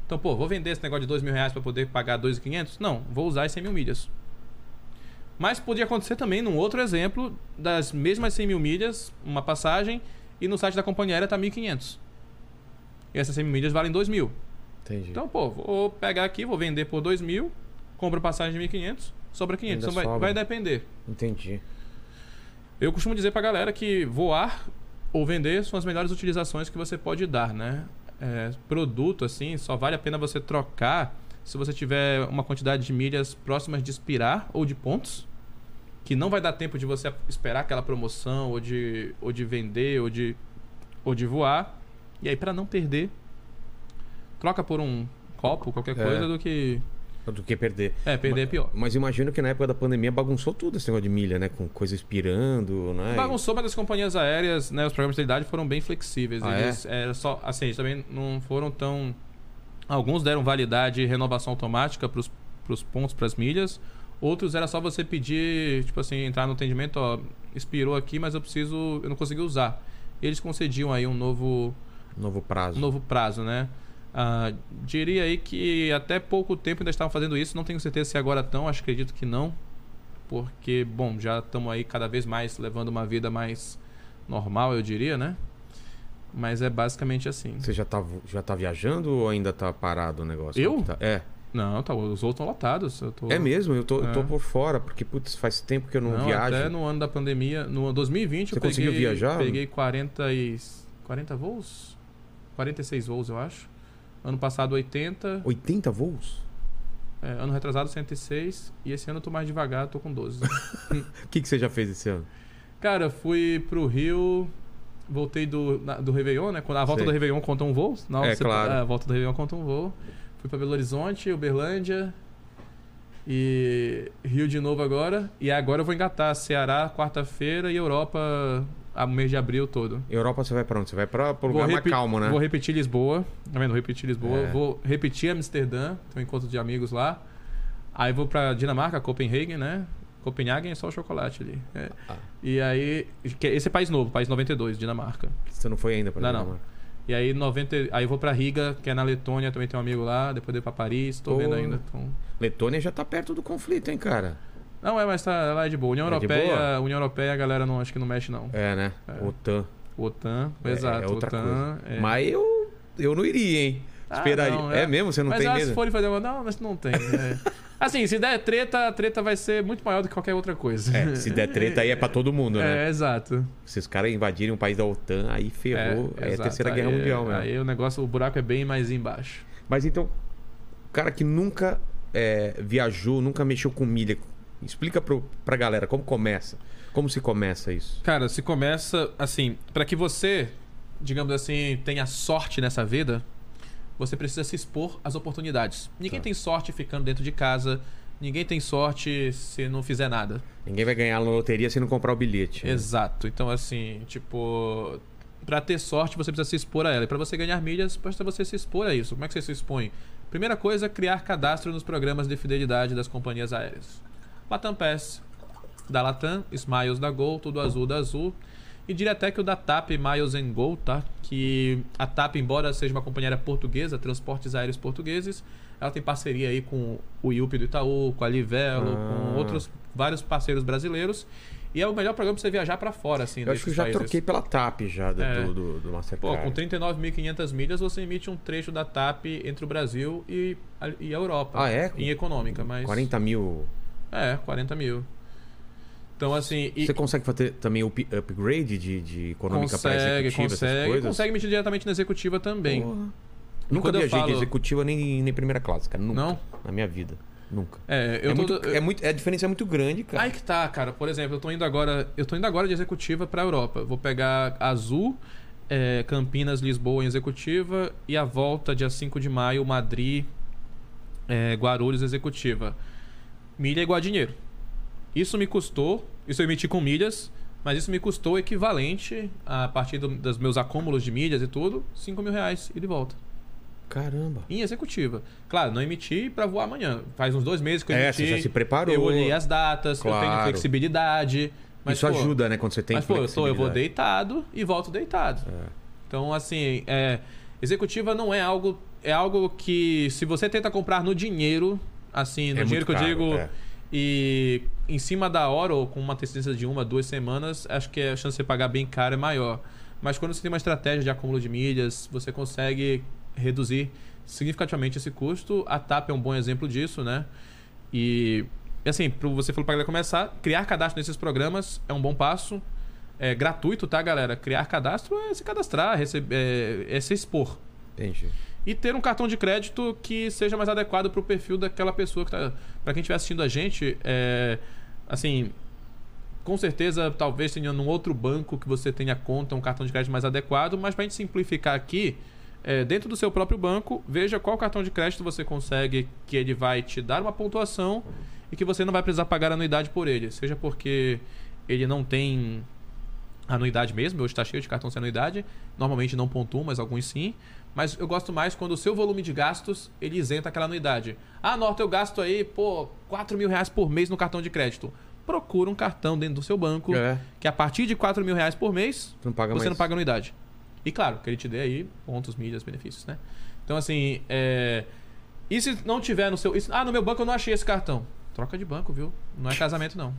S3: Então, pô, vou vender esse negócio de 2 mil reais pra poder pagar 2.500? Não, vou usar as 100 mil milhas. Mas podia acontecer também num outro exemplo das mesmas 100 mil milhas, uma passagem, e no site da companhia aérea tá 1.500. E essas 100 mil milhas valem 2 mil.
S1: Entendi.
S3: Então, pô, vou pegar aqui, vou vender por 2 mil, compro passagem de 1.500, sobra 500.
S1: Ainda
S3: Então vai,
S1: sobra.
S3: vai depender.
S1: Entendi.
S3: Eu costumo dizer pra galera que voar ou vender são as melhores utilizações que você pode dar, né? É, produto, assim, só vale a pena você trocar se você tiver uma quantidade de milhas próximas de expirar ou de pontos, que não vai dar tempo de você esperar aquela promoção ou de, ou de vender ou de, ou de voar. E aí, pra não perder, troca por um copo, qualquer
S1: É.
S3: coisa, do que
S1: Do que perder.
S3: é, perder é pior.
S1: Mas imagino que na época da pandemia bagunçou tudo esse negócio de milha, né? Com coisa expirando, né?
S3: Bagunçou, mas as companhias aéreas, né, os programas de fidelidade foram bem flexíveis.
S1: Ah,
S3: eles era só, assim, eles também não foram tão. Alguns deram validade e renovação automática para os pontos, para as milhas. Outros era só você pedir, tipo assim, entrar no atendimento, ó, expirou aqui, mas eu preciso, eu não consegui usar. Eles concediam aí um novo
S1: E novo prazo.
S3: um novo prazo, né? Ah, diria aí que até pouco tempo ainda estavam fazendo isso, não tenho certeza se agora estão, acho que acredito que não, porque, bom, já estamos aí cada vez mais levando uma vida mais normal, eu diria, né? Mas é basicamente assim.
S1: Você já tá, vo- já tá viajando ou ainda tá parado o negócio?
S3: Eu?
S1: Tá- É.
S3: Não, tá, os outros estão lotados. Eu tô...
S1: É mesmo, eu tô, eu tô
S3: É.
S1: por fora, porque, putz, faz tempo que eu não,
S3: Não,
S1: viajo.
S3: até no ano da pandemia, no ano 2020
S1: Você
S3: eu peguei,
S1: conseguiu viajar?
S3: peguei 40, e, 40 voos? 46 voos, eu acho. Ano passado 80,
S1: 80 voos?
S3: É, ano retrasado 106 e esse ano eu tô mais devagar, tô com 12.
S1: O que, que você já fez esse ano?
S3: Cara, fui pro Rio, voltei do, na- do Réveillon, né? Quando a volta
S1: Sei.
S3: do Réveillon conta um voo. Não,
S1: É, claro.
S3: A volta do Réveillon conta um voo. Fui pra Belo Horizonte, Uberlândia e Rio de novo agora. E agora eu vou engatar Ceará quarta-feira e Europa a mês de abril todo.
S1: Europa você vai pra onde? Você vai pra, pro lugar mais
S3: repi-
S1: calmo, né?
S3: Vou repetir Lisboa. Tá vendo? Vou repetir Lisboa.
S1: É.
S3: Vou repetir Amsterdã. Tem um encontro de amigos lá. Aí vou pra Dinamarca, Copenhague, né? Copenhague é só o chocolate ali. É.
S1: Ah.
S3: E aí. que Esse é país novo, país 92, Dinamarca.
S1: Você não foi ainda pra
S3: Não,
S1: Dinamarca?
S3: E aí 90. Aí vou pra Riga, que é na Letônia, também tem um amigo lá. Depois dei pra Paris, tô
S1: Pô.
S3: vendo ainda. Então...
S1: Letônia já tá perto do conflito, hein, cara?
S3: Não, é, mas tá lá é de boa. União
S1: É de
S3: Europeia,
S1: boa?
S3: União Europeia, a galera não acho que não mexe, não.
S1: É, né?
S3: É.
S1: OTAN.
S3: OTAN,
S1: É,
S3: exato.
S1: é outra
S3: OTAN, é.
S1: Mas eu, eu não iria, hein?
S3: Ah,
S1: Esperaria.
S3: não,
S1: é.
S3: é.
S1: mesmo? Você não
S3: mas
S1: tem
S3: ah,
S1: medo?
S3: se forem fazer uma. Não, mas não tem. é. assim, se der treta, a treta vai ser muito maior do que qualquer outra coisa.
S1: É, se der treta aí é pra todo mundo, né?
S3: É, exato.
S1: Se os caras invadirem o país da OTAN, aí ferrou. É, a
S3: exato.
S1: Terceira Guerra
S3: Aí-
S1: Mundial mesmo.
S3: Aí o negócio, o buraco é bem mais embaixo.
S1: Mas então, o cara que nunca é, viajou, nunca mexeu com milha, explica pro, pra galera como começa. Como se começa isso?
S3: Cara, se começa assim, pra que você, digamos assim, tenha sorte nessa vida, Você precisa se expor às oportunidades. Ninguém
S1: Tá.
S3: tem sorte ficando dentro de casa. Ninguém tem sorte se não fizer nada.
S1: Ninguém vai ganhar na loteria se não comprar o bilhete. né?
S3: Exato. Então, assim, tipo. Pra ter sorte, você precisa se expor a ela. E pra você ganhar milhas, basta você se expor a isso. Como é que você se expõe? Primeira coisa, criar cadastro nos programas de fidelidade das companhias aéreas. Latam Pass, da Latam, Smiles da Gol, tudo azul da Azul. E diria até que o da TAP, Miles and Gol, tá? Que a TAP, embora seja uma companhia aérea portuguesa, transportes aéreos portugueses, ela tem parceria aí com o IUP do Itaú, com a Livelo,
S1: Ah.
S3: com outros vários parceiros brasileiros. E é o melhor programa pra você viajar pra fora, assim,
S1: Eu acho que eu
S3: desses
S1: já
S3: países.
S1: troquei pela TAP já do,
S3: É.
S1: do, do, do
S3: Pô,
S1: Mastercard.
S3: com 39.500 milhas, você emite um trecho da TAP entre o Brasil e a, e a Europa.
S1: Ah, é?
S3: Em econômica, mas...
S1: 40 mil.
S3: É, 40 mil. Então, assim... e-
S1: Você consegue fazer também o up- upgrade de, de econômica para
S3: consegue,
S1: executiva, essas
S3: consegue.
S1: coisas?
S3: Consegue emitir diretamente na executiva também.
S1: Porra.
S3: E
S1: Nunca
S3: quando eu
S1: viajei de
S3: falo-
S1: executiva nem, nem primeira classe, cara. Nunca.
S3: Não?
S1: Na minha vida. Nunca.
S3: É, eu
S1: é,
S3: tô...
S1: muito, é muito- é- a diferença é muito grande, cara.
S3: Aí que tá, cara. Por exemplo, eu tô indo agora, eu tô indo agora de executiva pra Europa. Vou pegar Azul, é, Campinas, Lisboa em executiva e a volta dia 5 de maio, Madrid, é, Guarulhos executiva. Milha é igual a dinheiro. Isso me custou, isso eu emiti com milhas, mas isso me custou equivalente a partir do- dos meus acúmulos de milhas e tudo, 5 mil reais e de volta.
S1: Caramba.
S3: em executiva. Claro, não emiti para voar amanhã. Faz uns dois meses que eu
S1: É,
S3: emiti.
S1: você já se preparou.
S3: Eu olhei as datas, eu tenho
S1: Claro.
S3: flexibilidade. Mas,
S1: Isso
S3: pô,
S1: ajuda, né? Quando você tem
S3: Mas, pô, eu, tô, eu vou
S1: flexibilidade. É.
S3: deitado e volto deitado. Então, assim, é, executiva não é algo... É algo que se você tenta comprar no dinheiro, assim, no
S1: É muito
S3: dinheiro que eu
S1: caro,
S3: digo...
S1: é.
S3: E em cima da hora, ou com uma tendência de uma, duas semanas, acho que a chance de você pagar bem caro é maior. Mas quando você tem uma estratégia de acúmulo de milhas, você consegue reduzir significativamente esse custo. A TAP é um bom exemplo disso, né? E e assim, pro- você falou pra galera começar, criar cadastro nesses programas é um bom passo. É gratuito, tá, galera? Criar cadastro é se cadastrar, receber, é, é se expor
S1: Entendi.
S3: e ter um cartão de crédito que seja mais adequado para o perfil daquela pessoa que tá. Para quem estiver assistindo a gente, é, assim, com certeza, talvez tenha num outro banco que você tenha conta um cartão de crédito mais adequado, mas para a gente simplificar aqui, é, dentro do seu próprio banco, veja qual cartão de crédito você consegue que ele vai te dar uma pontuação e que você não vai precisar pagar anuidade por ele, seja porque ele não tem anuidade mesmo, hoje está cheio de cartão sem anuidade, normalmente não pontuam, mas alguns sim. Mas eu gosto mais quando o seu volume de gastos ele isenta aquela anuidade. Ah, Norte, eu gasto aí, pô, 4 mil reais por mês no cartão de crédito. Procura um cartão dentro do seu banco
S1: É.
S3: que a partir de 4 mil reais por mês
S1: Tu não paga
S3: você
S1: mais.
S3: não paga anuidade. E claro, que ele te dê aí pontos, milhas, benefícios, né? Então assim, é... e se não tiver no seu. e se- Ah, no meu banco eu não achei esse cartão. Troca de banco, viu? Não é casamento, não.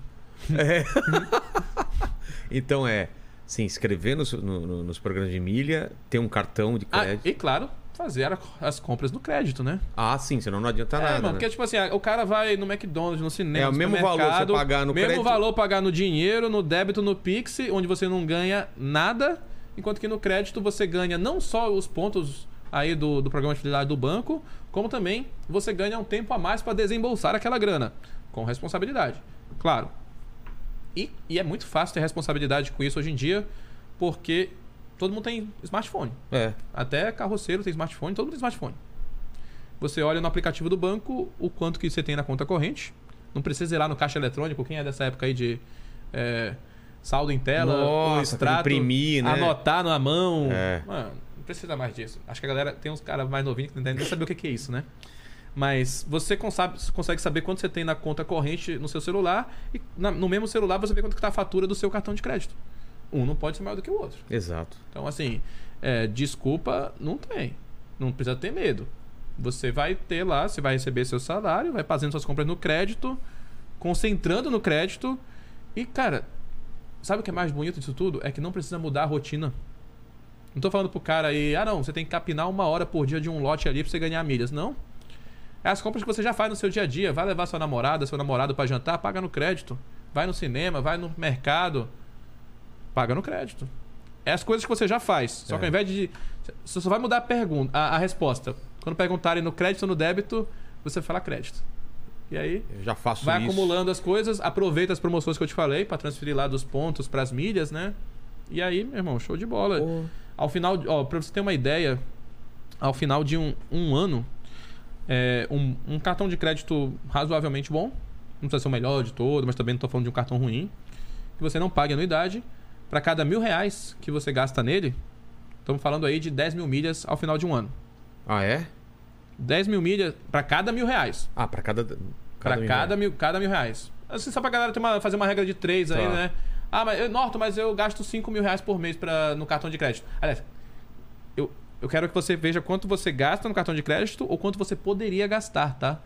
S1: Então é se inscrever nos, no- no- nos programas de milha, ter um cartão de
S3: Ah,
S1: crédito.
S3: e claro, fazer a- as compras no crédito, né?
S1: Ah, sim, senão não adianta
S3: é,
S1: nada.
S3: mano,
S1: né?
S3: porque tipo assim, ah, o cara vai no McDonald's, no cinema,
S1: É, o
S3: no
S1: mesmo valor
S3: supermercado,
S1: você pagar no
S3: mesmo
S1: crédito-
S3: valor pagar no dinheiro, no débito, no Pix, onde você não ganha nada, enquanto que no crédito você ganha não só os pontos aí do, do programa de fidelidade do banco, como também você ganha um tempo a mais para desembolsar aquela grana, com responsabilidade. Claro, e, e é muito fácil ter responsabilidade com isso hoje em dia, porque todo mundo tem smartphone.
S1: É.
S3: Até carroceiro tem smartphone, todo mundo tem smartphone. Você olha no aplicativo do banco o quanto que você tem na conta corrente. Não precisa ir lá no caixa eletrônico, quem é dessa época aí de é, saldo em tela,
S1: Nossa,
S3: ou extrato,
S1: imprimir, né?
S3: anotar na mão.
S1: É.
S3: Mano, não precisa mais disso. Acho que a galera tem uns caras mais novinhos que não entendem nem saber o que que é isso, né? Mas você consabe- consegue saber quanto você tem na conta corrente no seu celular e na- no mesmo celular você vê quanto que está a fatura do seu cartão de crédito. Um não pode ser maior do que o outro.
S1: Exato.
S3: Então, assim, é, desculpa não tem. Não precisa ter medo. Você vai ter lá, você vai receber seu salário, vai fazendo suas compras no crédito, concentrando no crédito. E, cara, sabe o que é mais bonito disso tudo? É que não precisa mudar a rotina. Não tô falando pro cara aí, ah não, você tem que capinar uma hora por dia de um lote ali pra você ganhar milhas. Não. É as compras que você já faz no seu dia a dia. Vai levar sua namorada, seu namorado pra jantar, paga no crédito. Vai no cinema, vai no mercado, paga no crédito. É as coisas que você já faz. Só
S1: É.
S3: que ao invés de. Você só vai mudar a pergunta, a, a resposta. Quando perguntarem no crédito ou no débito, você fala crédito. E aí,
S1: Eu já faço
S3: Vai
S1: isso.
S3: acumulando as coisas, aproveita as promoções que eu te falei pra transferir lá dos pontos pras milhas, né? E aí, meu irmão, show de bola.
S1: Pô.
S3: Ao final, ó, pra você ter uma ideia, ao final de um, um ano, é, um, um cartão de crédito razoavelmente bom, não precisa ser o melhor de todo, mas também não estou falando de um cartão ruim, que você não pague anuidade, para cada mil reais que você gasta nele, estamos falando aí de 10 mil milhas ao final de um ano.
S1: Ah, é?
S3: 10 mil milhas para cada mil reais.
S1: Ah, pra cada.
S3: Pra
S1: mil
S3: cada
S1: reais.
S3: mil, cada mil reais. Assim, só pra galera ter uma- fazer uma regra de três aí,
S1: Tá.
S3: né? Ah, mas eu, Norton, mas eu gasto 5 mil reais por mês pra, no cartão de crédito. Aliás, eu, eu quero que você veja quanto você gasta no cartão de crédito ou quanto você poderia gastar, tá?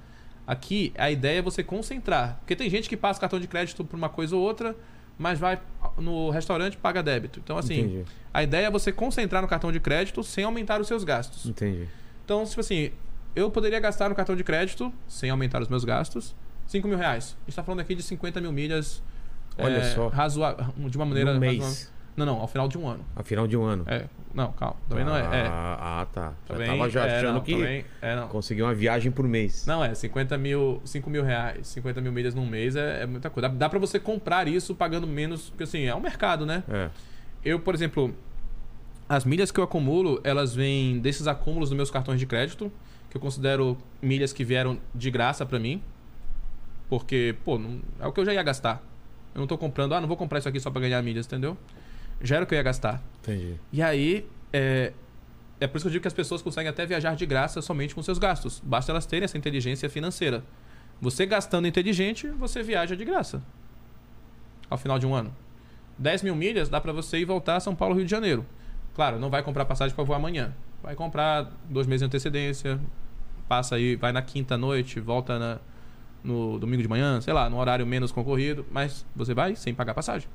S3: Aqui, a ideia é você concentrar. Porque tem gente que passa o cartão de crédito por uma coisa ou outra, mas vai no restaurante e paga débito. Então, assim,
S1: Entendi.
S3: a ideia é você concentrar no cartão de crédito sem aumentar os seus gastos.
S1: Entendi.
S3: Então, tipo assim, eu poderia gastar no cartão de crédito, sem aumentar os meus gastos, 5 mil reais. A gente tá falando aqui de 50 mil milhas. é,
S1: Olha só.
S3: razoável, um, de uma maneira.
S1: Num mês.
S3: razoável. Não, não, ao final de um ano.
S1: Afinal de um ano.
S3: É, não, calma. Também não é. é.
S1: Ah, ah, tá. Já
S3: Também,
S1: tava já
S3: é,
S1: achando
S3: não,
S1: que
S3: Também, é, não.
S1: conseguiu uma viagem por mês.
S3: Não, é, 50 mil, 5 mil reais, 50 mil milhas num mês é, é muita coisa. Dá, dá pra você comprar isso pagando menos, porque assim, é um mercado, né?
S1: É.
S3: Eu, por exemplo, as milhas que eu acumulo, elas vêm desses acúmulos dos meus cartões de crédito, que eu considero milhas que vieram de graça pra mim. Porque, pô, não- é o que eu já ia gastar. Eu não tô comprando, ah, não vou comprar isso aqui só pra ganhar milhas, entendeu? Já era o que eu ia gastar.
S1: Entendi.
S3: E aí, é, é por isso que eu digo que as pessoas conseguem até viajar de graça somente com seus gastos. Basta elas terem essa inteligência financeira. Você gastando inteligente, você viaja de graça. Ao final de um ano. 10 mil milhas dá pra você ir voltar a São Paulo, Rio de Janeiro. Claro, não vai comprar passagem pra voar amanhã. Vai comprar dois meses de antecedência. Passa aí, vai na quinta à noite, volta na- no domingo de manhã, sei lá, num horário menos concorrido. Mas você vai sem pagar passagem.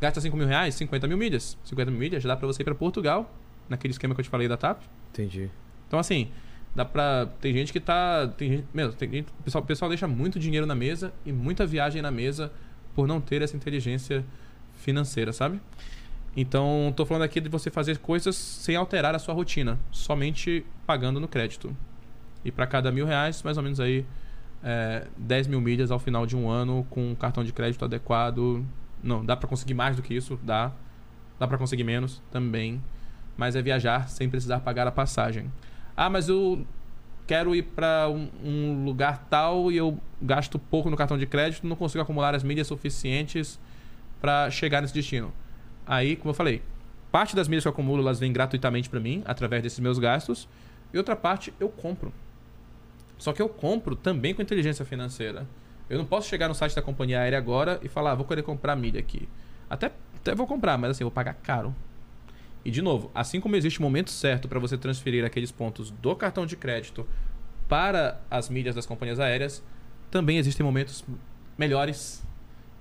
S3: Gasta 5 mil reais, 50 mil milhas. 50 mil milhas já dá pra você ir pra Portugal, naquele esquema que eu te falei da TAP.
S1: Entendi.
S3: Então, assim, dá pra. Tem gente que tá. Tem gente. Meu, tem gente- o, pessoal, o pessoal deixa muito dinheiro na mesa e muita viagem na mesa por não ter essa inteligência financeira, sabe? Então, tô falando aqui de você fazer coisas sem alterar a sua rotina, somente pagando no crédito. E pra cada mil reais, mais ou menos aí, é, 10 mil milhas ao final de um ano com um cartão de crédito adequado. Não, dá pra conseguir mais do que isso, dá. Dá pra conseguir menos também. Mas é viajar sem precisar pagar a passagem. Ah, mas eu quero ir pra um, um lugar tal e eu gasto pouco no cartão de crédito, não consigo acumular as milhas suficientes pra chegar nesse destino. Aí, como eu falei, parte das milhas que eu acumulo elas vêm gratuitamente pra mim através desses meus gastos e outra parte eu compro. Só que eu compro também com inteligência financeira. Eu não posso chegar no site da companhia aérea agora e falar, ah, vou querer comprar milha aqui. Até, até vou comprar, mas assim, eu vou pagar caro. E de novo, assim como existe o momento certo para você transferir aqueles pontos do cartão de crédito para as milhas das companhias aéreas, também existem momentos melhores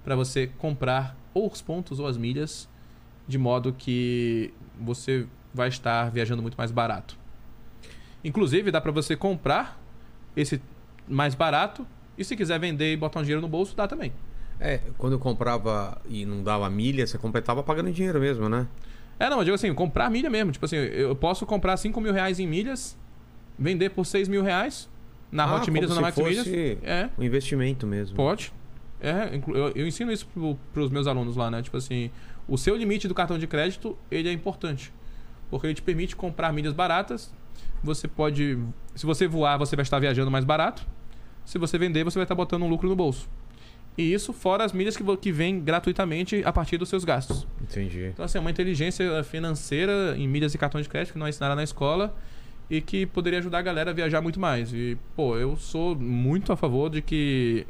S3: para você comprar ou os pontos ou as milhas, de modo que você vai estar viajando muito mais barato. Inclusive, dá para você comprar esse mais barato e se quiser vender e botar um dinheiro no bolso, dá também.
S1: É, quando eu comprava e não dava milha, você completava pagando em dinheiro mesmo, né?
S3: É, não, eu digo assim, comprar milha mesmo. Tipo assim, eu posso comprar 5 mil reais em milhas, vender por 6 mil reais na
S1: Ah,
S3: Hot Milhas ou
S1: como
S3: na Max
S1: se
S3: Milhas.
S1: fosse-
S3: É,
S1: Um investimento mesmo.
S3: pode. É, inclu- eu, eu ensino isso pro, pros meus alunos lá, né? Tipo assim, o seu limite do cartão de crédito, ele é importante. Porque ele te permite comprar milhas baratas. Você pode... Se você voar, você vai estar viajando mais barato. Se você vender, você vai estar botando um lucro no bolso. E isso fora as milhas que, vo- que vêm gratuitamente a partir dos seus gastos.
S1: Entendi.
S3: Então, assim, é uma inteligência financeira em milhas e cartões de crédito que não é ensinada na escola e que poderia ajudar a galera a viajar muito mais. E, pô, eu sou muito a favor de que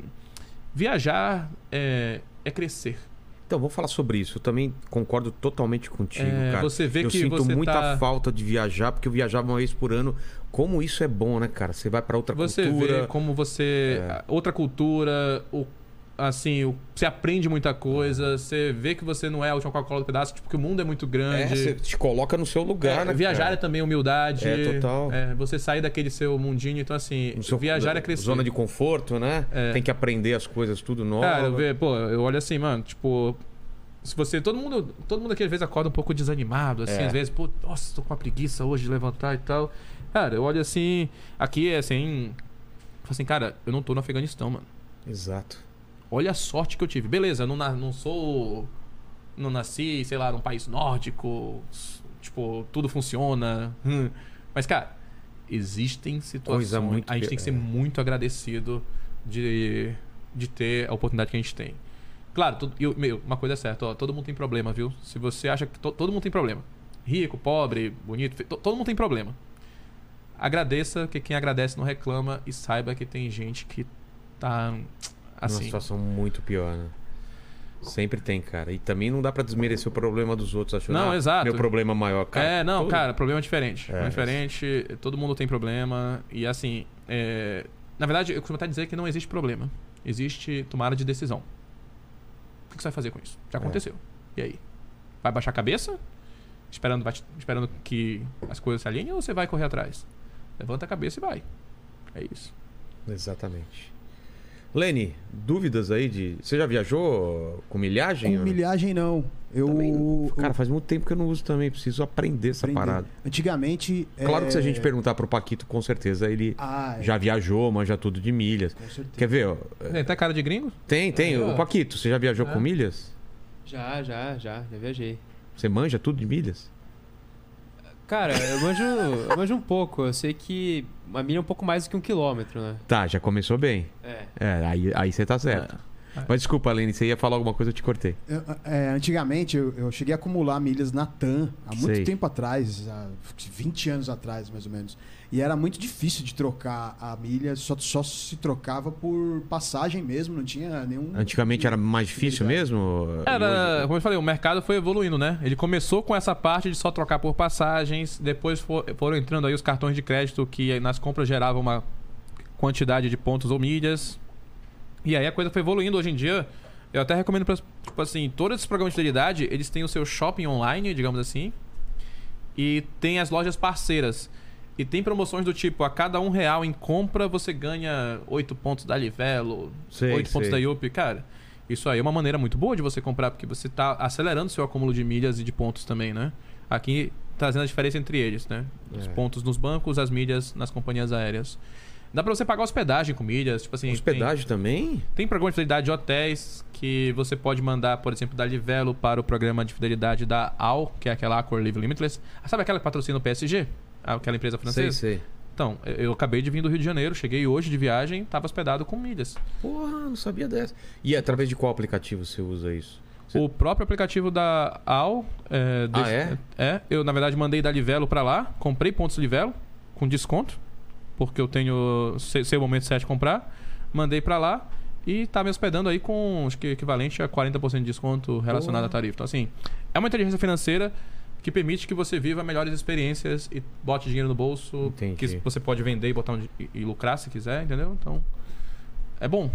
S3: viajar é, é crescer.
S1: Então, vou falar sobre isso. Eu também concordo totalmente contigo,
S3: É,
S1: cara.
S3: você vê
S1: eu
S3: que
S1: sinto
S3: você
S1: muita
S3: tá-
S1: falta de viajar, porque eu viajava uma vez por ano. Como isso é bom, né, cara? Você vai pra outra
S3: Você
S1: cultura. É.
S3: vê como você. a- Outra cultura, o, assim, o- você aprende muita coisa, você vê que você não é a última Coca-Cola do pedaço, tipo, que o mundo é muito
S1: É,
S3: grande.
S1: você te coloca no seu lugar,
S3: É,
S1: né?
S3: viajar
S1: cara?
S3: é também humildade.
S1: É, total.
S3: É, você sair daquele seu mundinho. Então, assim,
S1: No seu-
S3: viajar é crescer. É.
S1: Zona de conforto, né? Tem que aprender as coisas tudo novo.
S3: Cara, eu ve- pô, eu olho assim, mano, tipo. Se você. Todo mundo. Todo mundo aqui às vezes acorda um pouco desanimado, assim,
S1: É.
S3: às vezes, pô, nossa, tô com uma preguiça hoje de levantar e tal. Cara, eu olho assim. Aqui é assim. falo assim, cara, eu não tô no Afeganistão, mano.
S1: Exato.
S3: Olha a sorte que eu tive. Beleza, eu não, na- não sou. Não nasci, sei lá, num país nórdico. s- Tipo, tudo funciona. hum. Mas, cara, existem situações.
S1: Coisa muito é.
S3: a gente
S1: pior.
S3: tem que ser muito agradecido de, de ter a oportunidade que a gente tem. Claro, todo- e eu- meu, uma coisa é certa, ó, todo mundo tem problema, viu? Se você acha que to- todo mundo tem problema. Rico, pobre, bonito, fe- to- todo mundo tem problema. Agradeça, que quem agradece não reclama e saiba que tem gente que tá
S1: Uma
S3: assim.
S1: situação muito pior, né? Sempre tem, cara. E também não dá pra desmerecer o problema dos outros, achando
S3: Não,
S1: "Ah,
S3: exato.
S1: meu problema é maior, cara.
S3: é, não,
S1: Todo-
S3: cara, problema é diferente. Problema
S1: É.
S3: É. diferente, todo mundo tem problema. E assim, é, na verdade, eu costumo até dizer que não existe problema. Existe tomada de decisão. O que que você vai fazer com isso? Já
S1: É.
S3: aconteceu. E aí? Vai baixar a cabeça? Esperando, bate- esperando que as coisas se alinhem ou você vai correr atrás? Levanta a cabeça e vai. É isso.
S1: Exatamente. Lene, dúvidas aí de. Você já viajou com milhagem?
S2: Com milhagem, não. Eu.
S1: Também-
S2: eu
S1: Cara, faz muito tempo que eu não uso também. Preciso aprender essa
S2: aprendi.
S1: parada.
S2: Antigamente.
S1: Claro
S2: é,
S1: que se a gente perguntar pro Paquito, com certeza ele
S2: Ah, é,
S1: já viajou, manja tudo de milhas.
S2: Com certeza.
S1: Quer ver? ó?
S3: Tem até cara de gringo?
S1: Tem, tem.
S5: Aí, ó.
S1: O Paquito, você já viajou com milhas?
S5: Já, já, já, já viajei.
S1: Você manja tudo de milhas?
S5: Cara, eu manjo, eu manjo um pouco. Eu sei que uma milha é um pouco mais do que um quilômetro, né?
S1: Tá, já começou bem.
S5: É.
S1: É, aí, aí você tá certo. Mas desculpa, Lene, você ia falar alguma coisa, eu te cortei.
S2: Eu- é, antigamente eu, eu cheguei a acumular milhas na TAM há muito
S1: Sei.
S2: tempo atrás, há 20 anos atrás mais ou menos. E era muito difícil de trocar a milha, só, só se trocava por passagem mesmo, não tinha nenhum. É,
S1: Antigamente era mais difícil mesmo?
S3: É,
S1: é.
S3: Era, como eu falei, o mercado foi evoluindo, né? Ele começou com essa parte de só trocar por passagens, depois fo- foram entrando aí os cartões de crédito que nas compras geravam uma quantidade de pontos ou milhas. E aí a coisa foi evoluindo hoje em dia. Eu até recomendo para tipo assim, todos esses programas de fidelidade, eles têm o seu shopping online, digamos assim, e tem as lojas parceiras. E tem promoções do tipo, a cada um real em compra você ganha 8 pontos da Livelo,
S1: Sei,
S3: 8 pontos da
S1: sei.
S3: Yupi, cara. Isso aí é uma maneira muito boa de você comprar, porque você tá acelerando seu acúmulo de milhas e de pontos também, né? Aqui trazendo a diferença entre eles, né? Os
S1: É.
S3: pontos nos bancos, as milhas nas companhias aéreas. Dá pra você pagar hospedagem com milhas, tipo assim. tem-
S1: Hospedagem também?
S3: Tem, programa de fidelidade de hotéis que você pode mandar, por exemplo, da Livelo para o programa de fidelidade da AL, que é aquela Accor Live Limitless. Ah, Sabe aquela que patrocina o PSG? Ah, Aquela empresa francesa?
S1: Sei, sei.
S3: Então, eu- eu acabei de vir do Rio de Janeiro, cheguei hoje de viagem, tava hospedado com milhas.
S1: Porra, não sabia dessa. E através de qual aplicativo você usa isso? Cê-
S3: O próprio aplicativo da AL. É,
S1: Ah, é?
S3: eu na verdade mandei da Livelo pra lá, comprei pontos Livelo com desconto, porque eu tenho se- seu momento certo de comprar. Mandei pra lá e tá me hospedando aí com acho que equivalente a 40% de desconto relacionado à tarifa. Então, assim, é uma inteligência financeira que permite que você viva melhores experiências e bote dinheiro no bolso,
S1: Entendi.
S3: que você pode vender e botar onde- e, e lucrar se quiser, entendeu? Então, é bom.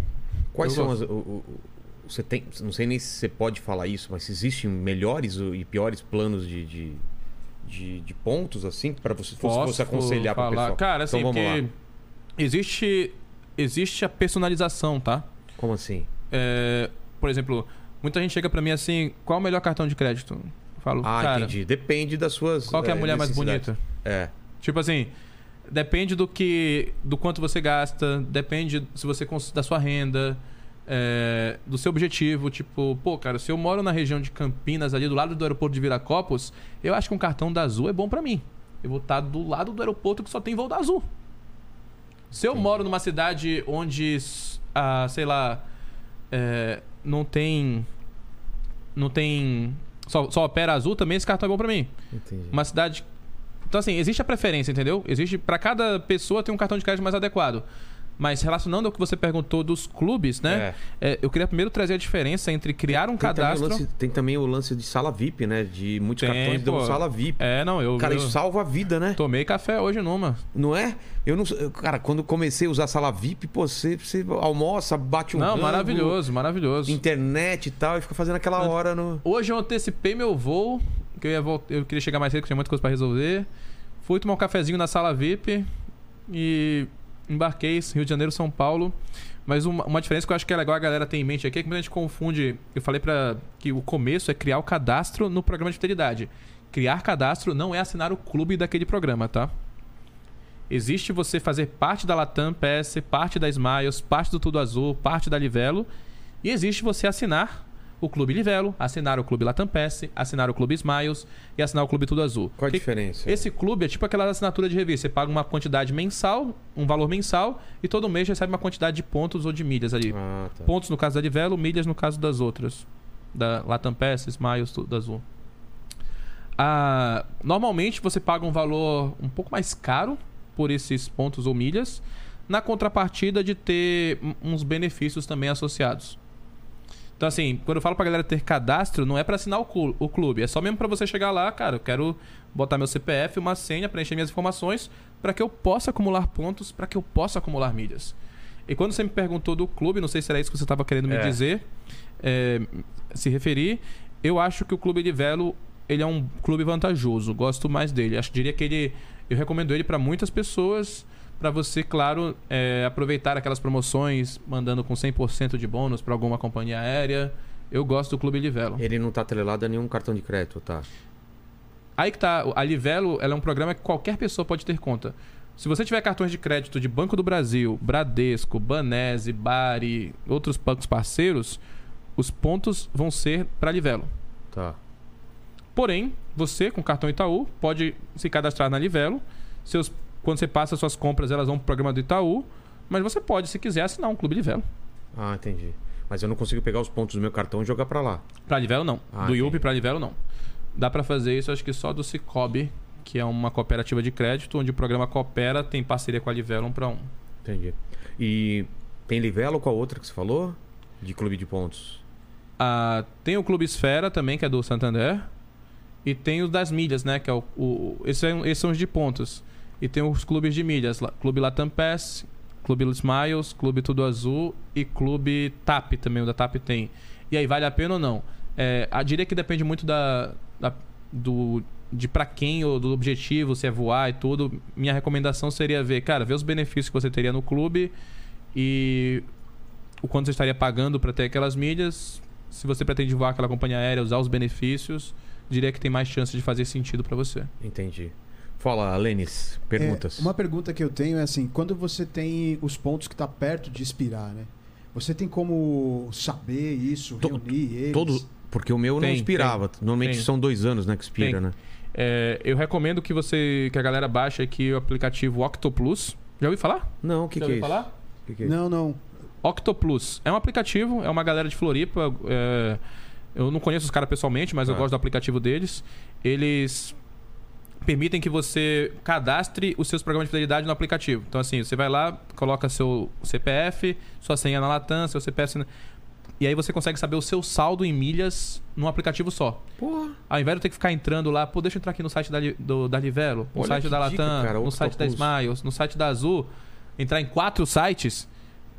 S1: Quais
S3: Eu
S1: são
S3: gosto.
S1: as. o- o- o- você tem. Não sei nem se você pode falar isso, mas se existem melhores e piores planos de. de... de- de pontos assim para você se fosse, fosse aconselhar para
S3: falar.
S1: pessoal.
S3: Cara, assim,
S1: então vamos
S3: porque
S1: lá.
S3: existe existe a personalização, tá?
S1: Como assim?
S3: É, por exemplo, muita gente chega pra mim assim, qual é o melhor cartão de crédito? Eu falo,
S1: Ah,
S3: cara,
S1: entendi. Depende das suas.
S3: qual que é a
S1: eh,
S3: mulher mais
S1: necessidades.
S3: bonita?
S1: É.
S3: Tipo assim, depende do que, do quanto você gasta, depende se você cons- da sua renda, é, do seu objetivo. Tipo, pô, cara, se eu moro na região de Campinas ali do lado do aeroporto de Viracopos, eu acho que um cartão da Azul é bom pra mim. Eu vou estar do lado do aeroporto que só tem voo da Azul. Se eu moro numa cidade onde, s- ah, sei lá, é, não tem, não tem, só, só opera Azul também, esse cartão é bom pra mim
S1: Entendi.
S3: uma cidade. Então, assim, existe a preferência, entendeu? Existe. Pra cada pessoa tem um cartão de crédito mais adequado. Mas relacionando ao que você perguntou dos clubes, né? É, eu queria primeiro trazer a diferença entre criar
S1: Tem
S3: um
S1: também, o
S3: cadastro.
S1: lance, tem também o lance de sala VIP, né? De muitos
S3: Tem,
S1: cartões dão
S3: pô.
S1: sala VIP.
S3: É, não, eu.
S1: Cara,
S3: eu
S1: isso salva a vida, né?
S3: Tomei café hoje numa.
S1: Não é? Eu não. eu- Cara, quando comecei a usar sala VIP, pô, você, você almoça, bate um.
S3: não,
S1: rango,
S3: maravilhoso, maravilhoso.
S1: Internet e tal, e fica fazendo aquela
S3: Eu-
S1: hora no.
S3: Hoje eu antecipei meu voo, que eu ia voltar, eu queria chegar mais cedo, que tinha muita coisa pra resolver. Fui tomar um cafezinho na sala VIP e embarquei Rio de Janeiro, São Paulo. Mas uma, uma diferença que eu acho que é legal a galera ter em mente aqui é que muita gente confunde. Eu falei pra que o começo é criar o cadastro no programa de fidelidade. Criar cadastro não é assinar o clube daquele programa, tá? Existe você fazer parte da Latam PS, parte da Smiles, parte do Tudo Azul, parte da Livelo. E existe você assinar o Clube Livelo, assinar o Clube Latampesse, assinar o Clube Smiles e assinar o Clube Tudo Azul.
S1: Qual a
S3: Que-
S1: diferença?
S3: Esse clube é tipo aquela assinatura de revista. Você paga uma quantidade mensal, um valor mensal, e todo mês recebe uma quantidade de pontos ou de milhas ali.
S1: Ah, tá.
S3: Pontos no caso da Livelo, milhas no caso das outras. Da Latam Pass, Smiles, tudo azul. Ah, normalmente você paga um valor um pouco mais caro por esses pontos ou milhas, na contrapartida de ter um- uns benefícios também associados. Então, assim, quando eu falo pra galera ter cadastro, não é pra assinar o clu- o clube. É só mesmo pra você chegar lá, cara, eu quero botar meu CPF, uma senha, preencher minhas informações, pra que eu possa acumular pontos, pra que eu possa acumular milhas. E quando você me perguntou do clube, não sei se era isso que você estava querendo me
S1: É.
S3: dizer, é, se referir, eu acho que o clube de Velo ele é um clube vantajoso, gosto mais dele. Acho diria que ele, eu recomendo ele para muitas pessoas, para você, claro, é, aproveitar aquelas promoções, mandando com 100% de bônus para alguma companhia aérea. Eu gosto do clube Livelo.
S1: Ele não tá atrelado a nenhum cartão de crédito, tá?
S3: Aí que tá, a Livelo ela é um programa que qualquer pessoa pode ter conta. Se você tiver cartões de crédito de Banco do Brasil, Bradesco, Banese, Bari, outros bancos parceiros, os pontos vão ser para Livelo.
S1: Tá.
S3: Porém, você com cartão Itaú pode se cadastrar na Livelo. Seus, quando você passa suas compras, elas vão pro programa do Itaú, mas você pode, se quiser, assinar um clube Livelo.
S1: Ah, entendi. Mas eu não consigo pegar os pontos do meu cartão e jogar pra lá.
S3: Pra Livelo, não.
S1: Ah,
S3: do
S1: entendi.
S3: IUP pra Livelo, não. Dá pra fazer isso, acho que só do Cicobi, que é uma cooperativa de crédito, onde o programa Coopera tem parceria com a Livelo um pra um.
S1: Entendi. E tem Livelo com a outra que você falou? De clube de pontos.
S3: Ah, tem o Clube Esfera também, que é do Santander. E tem o das milhas, né? Que é o, o- esses, são- esses são os de pontos. E tem os clubes de milhas. lá- Clube Latam Pass, Clube Smiles, Clube Tudo Azul e Clube TAP também. O da TAP tem. E aí, vale a pena ou não? É, a diria que depende muito da, da- do, de pra quem ou do objetivo, se é voar e tudo. Minha recomendação seria ver, cara, ver os benefícios que você teria no clube e o quanto você estaria pagando pra ter aquelas milhas. Se você pretende voar aquela companhia aérea, usar os benefícios, diria que tem mais chance de fazer sentido pra você.
S1: Entendi. Fala, Lênis. Perguntas.
S2: É, uma pergunta que eu tenho é assim: quando você tem os pontos que está perto de expirar, né? Você tem como saber isso,
S1: To-
S2: reunir eles?
S1: Todo... Porque o meu não
S3: Tem,
S1: expirava. Normalmente
S3: tem.
S1: são dois anos, né? Que expira,
S3: Tem.
S1: né?
S3: É, eu recomendo que você que a galera baixe aqui o aplicativo Octoplus. Já ouviu falar?
S1: Não, o que,
S3: Já
S1: que é
S3: ouviu
S1: isso?
S3: falar?
S1: Que que é isso?
S2: Não, não.
S3: Octoplus é um aplicativo, é uma galera de Floripa. é, eu não conheço os caras pessoalmente, mas eu
S1: Ah.
S3: gosto do aplicativo deles. Eles permitem que você cadastre os seus programas de fidelidade no aplicativo. Então, assim, você vai lá, coloca seu CPF, sua senha na Latam, seu CPF. na- E aí você consegue saber o seu saldo em milhas num aplicativo só.
S1: Porra.
S3: Ao invés de eu ter que ficar entrando lá, pô, deixa eu entrar aqui no site da, Li- do, da Livelo, no
S1: Olha
S3: site
S1: que
S3: da
S1: dica,
S3: Latam,
S1: cara,
S3: no site da
S1: Octopus.
S3: Smiles, no site da Azul, entrar em quatro sites.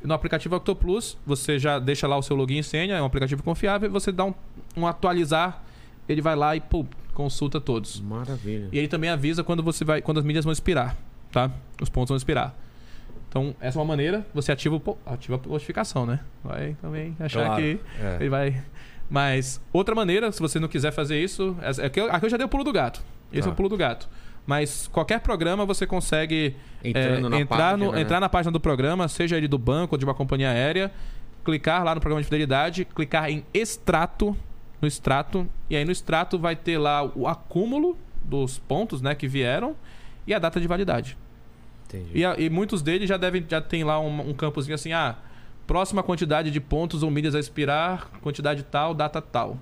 S3: No aplicativo Octoplus, você já deixa lá o seu login e senha, é um aplicativo confiável, e você dá um, um atualizar, ele vai lá e pô, consulta todos.
S1: Maravilha.
S3: E ele também avisa quando você vai, quando as milhas vão expirar, tá? Os pontos vão expirar. Então, essa é uma maneira, você ativa, o po- ativa a notificação, né? Vai também achar
S1: Claro.
S3: que
S1: É.
S3: ele vai. Mas outra maneira, se você não quiser fazer isso, essa- é que eu- aqui eu já dei o pulo do gato. Esse
S1: Tá.
S3: é o pulo do gato. Mas qualquer programa você consegue
S1: Entrando
S3: é,
S1: na
S3: entrar,
S1: página,
S3: no-
S1: né?
S3: entrar na página do programa, seja ele do banco ou de uma companhia aérea, clicar lá no programa de fidelidade, clicar em extrato, no extrato, e aí no extrato vai ter lá o acúmulo dos pontos né, que vieram e a data de validade.
S1: Entendi.
S3: E, a- e muitos deles já devem já tem lá um, um campozinho assim, ah, próxima quantidade de pontos ou milhas a expirar, quantidade tal, data tal.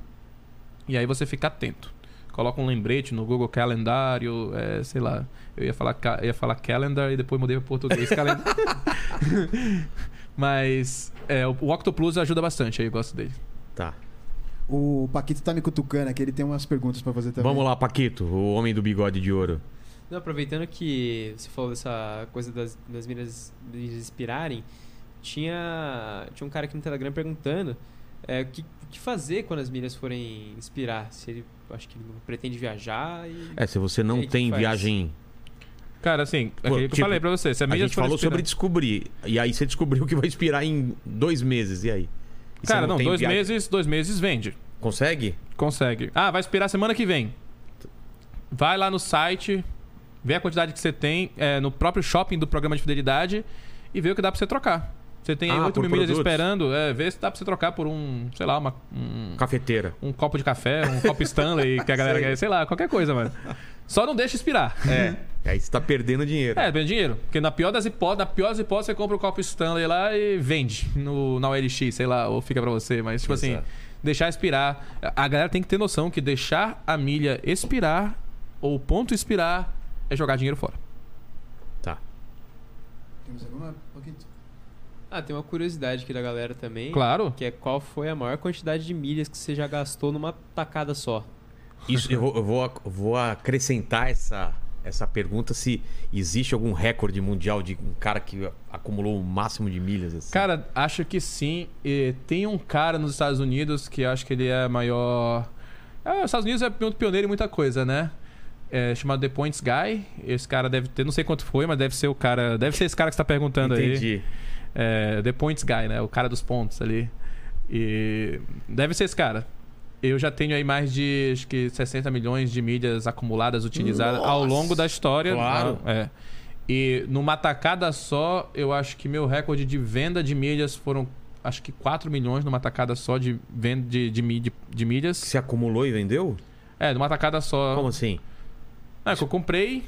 S3: E aí você fica atento. Coloca um lembrete no Google Calendário, é, sei lá. Eu ia falar, ca- ia falar calendar e depois mudei para português calendar. Mas é, o, o Octoplus ajuda bastante, aí eu gosto dele.
S1: Tá.
S2: O Paquito tá me cutucando aqui, ele tem umas perguntas para fazer também.
S1: Vamos lá, Paquito, o homem do bigode de ouro.
S5: Não, aproveitando que você falou dessa coisa das, das milhas, milhas expirarem, tinha, tinha um cara aqui no Telegram perguntando é, o que, o que fazer quando as milhas forem expirar. Se ele, acho que ele não pretende viajar e...
S1: É, se você não
S5: E aí, que
S1: tem
S5: faz?
S1: viagem.
S3: Cara, assim,
S1: Pô,
S3: aquele que
S1: tipo,
S3: eu falei pra você. Se a,
S1: A
S3: mídia
S1: gente
S3: for
S1: falou sobre
S3: inspirando-
S1: descobrir. E aí você descobriu que vai expirar em dois meses. E aí? E você
S3: Cara, não,
S1: tem
S3: dois
S1: viagem-
S3: meses, dois meses vende.
S1: Consegue?
S3: Consegue. Ah, vai expirar semana que vem. Vai lá no site, vê a quantidade que você tem é, no próprio shopping do programa de fidelidade e vê o que dá pra você trocar. Você tem aí
S1: Ah,
S3: 8
S1: por
S3: mil milhas
S1: produtos?
S3: esperando, é, vê se dá pra você trocar por um, sei lá, uma, um,
S1: Cafeteira.
S3: um copo de café, um copo Stanley, que a galera quer, sei lá, qualquer coisa, mano. Só não deixa expirar.
S1: É. Aí você tá perdendo dinheiro.
S3: É, pelo dinheiro. Porque na pior das hipóteses, na pior das hipóteses, você compra o copo Stanley lá e vende no, na OLX, sei lá, ou fica pra você. Mas, tipo assim,
S1: Exato.
S3: deixar expirar. A galera tem que ter noção que deixar a milha expirar ou o ponto expirar é jogar dinheiro fora.
S1: Tá.
S2: Temos alguma, Paquito?
S5: Ah, tem uma curiosidade aqui da galera também.
S3: Claro.
S5: Que é qual foi a maior quantidade de milhas que você já gastou numa tacada só?
S1: Isso, eu, vou, eu vou ac- vou acrescentar essa, essa pergunta se existe algum recorde mundial de um cara que acumulou o máximo de milhas. Assim.
S3: Cara, acho que sim. E tem um cara nos Estados Unidos que eu acho que ele é maior. Ah, os Estados Unidos é muito pioneiro em muita coisa, né? É, chamado The Points Guy. Esse cara deve ter, não sei quanto foi, mas deve ser o cara. Deve ser esse cara que você tá perguntando aí.
S1: entendi.
S3: É, The Points Guy, né? O cara dos pontos ali. E deve ser esse cara. Eu já tenho aí mais de acho que 60 milhões de mídias acumuladas, utilizadas ao longo da história.
S1: claro.
S3: Ah, É. E numa tacada só, eu acho que meu recorde de venda de milhas foram acho que 4 milhões numa tacada só de venda de, de, mídia- de milhas.
S1: Se acumulou e vendeu?
S3: É, numa tacada só.
S1: Como assim?
S3: Não, é que eu comprei.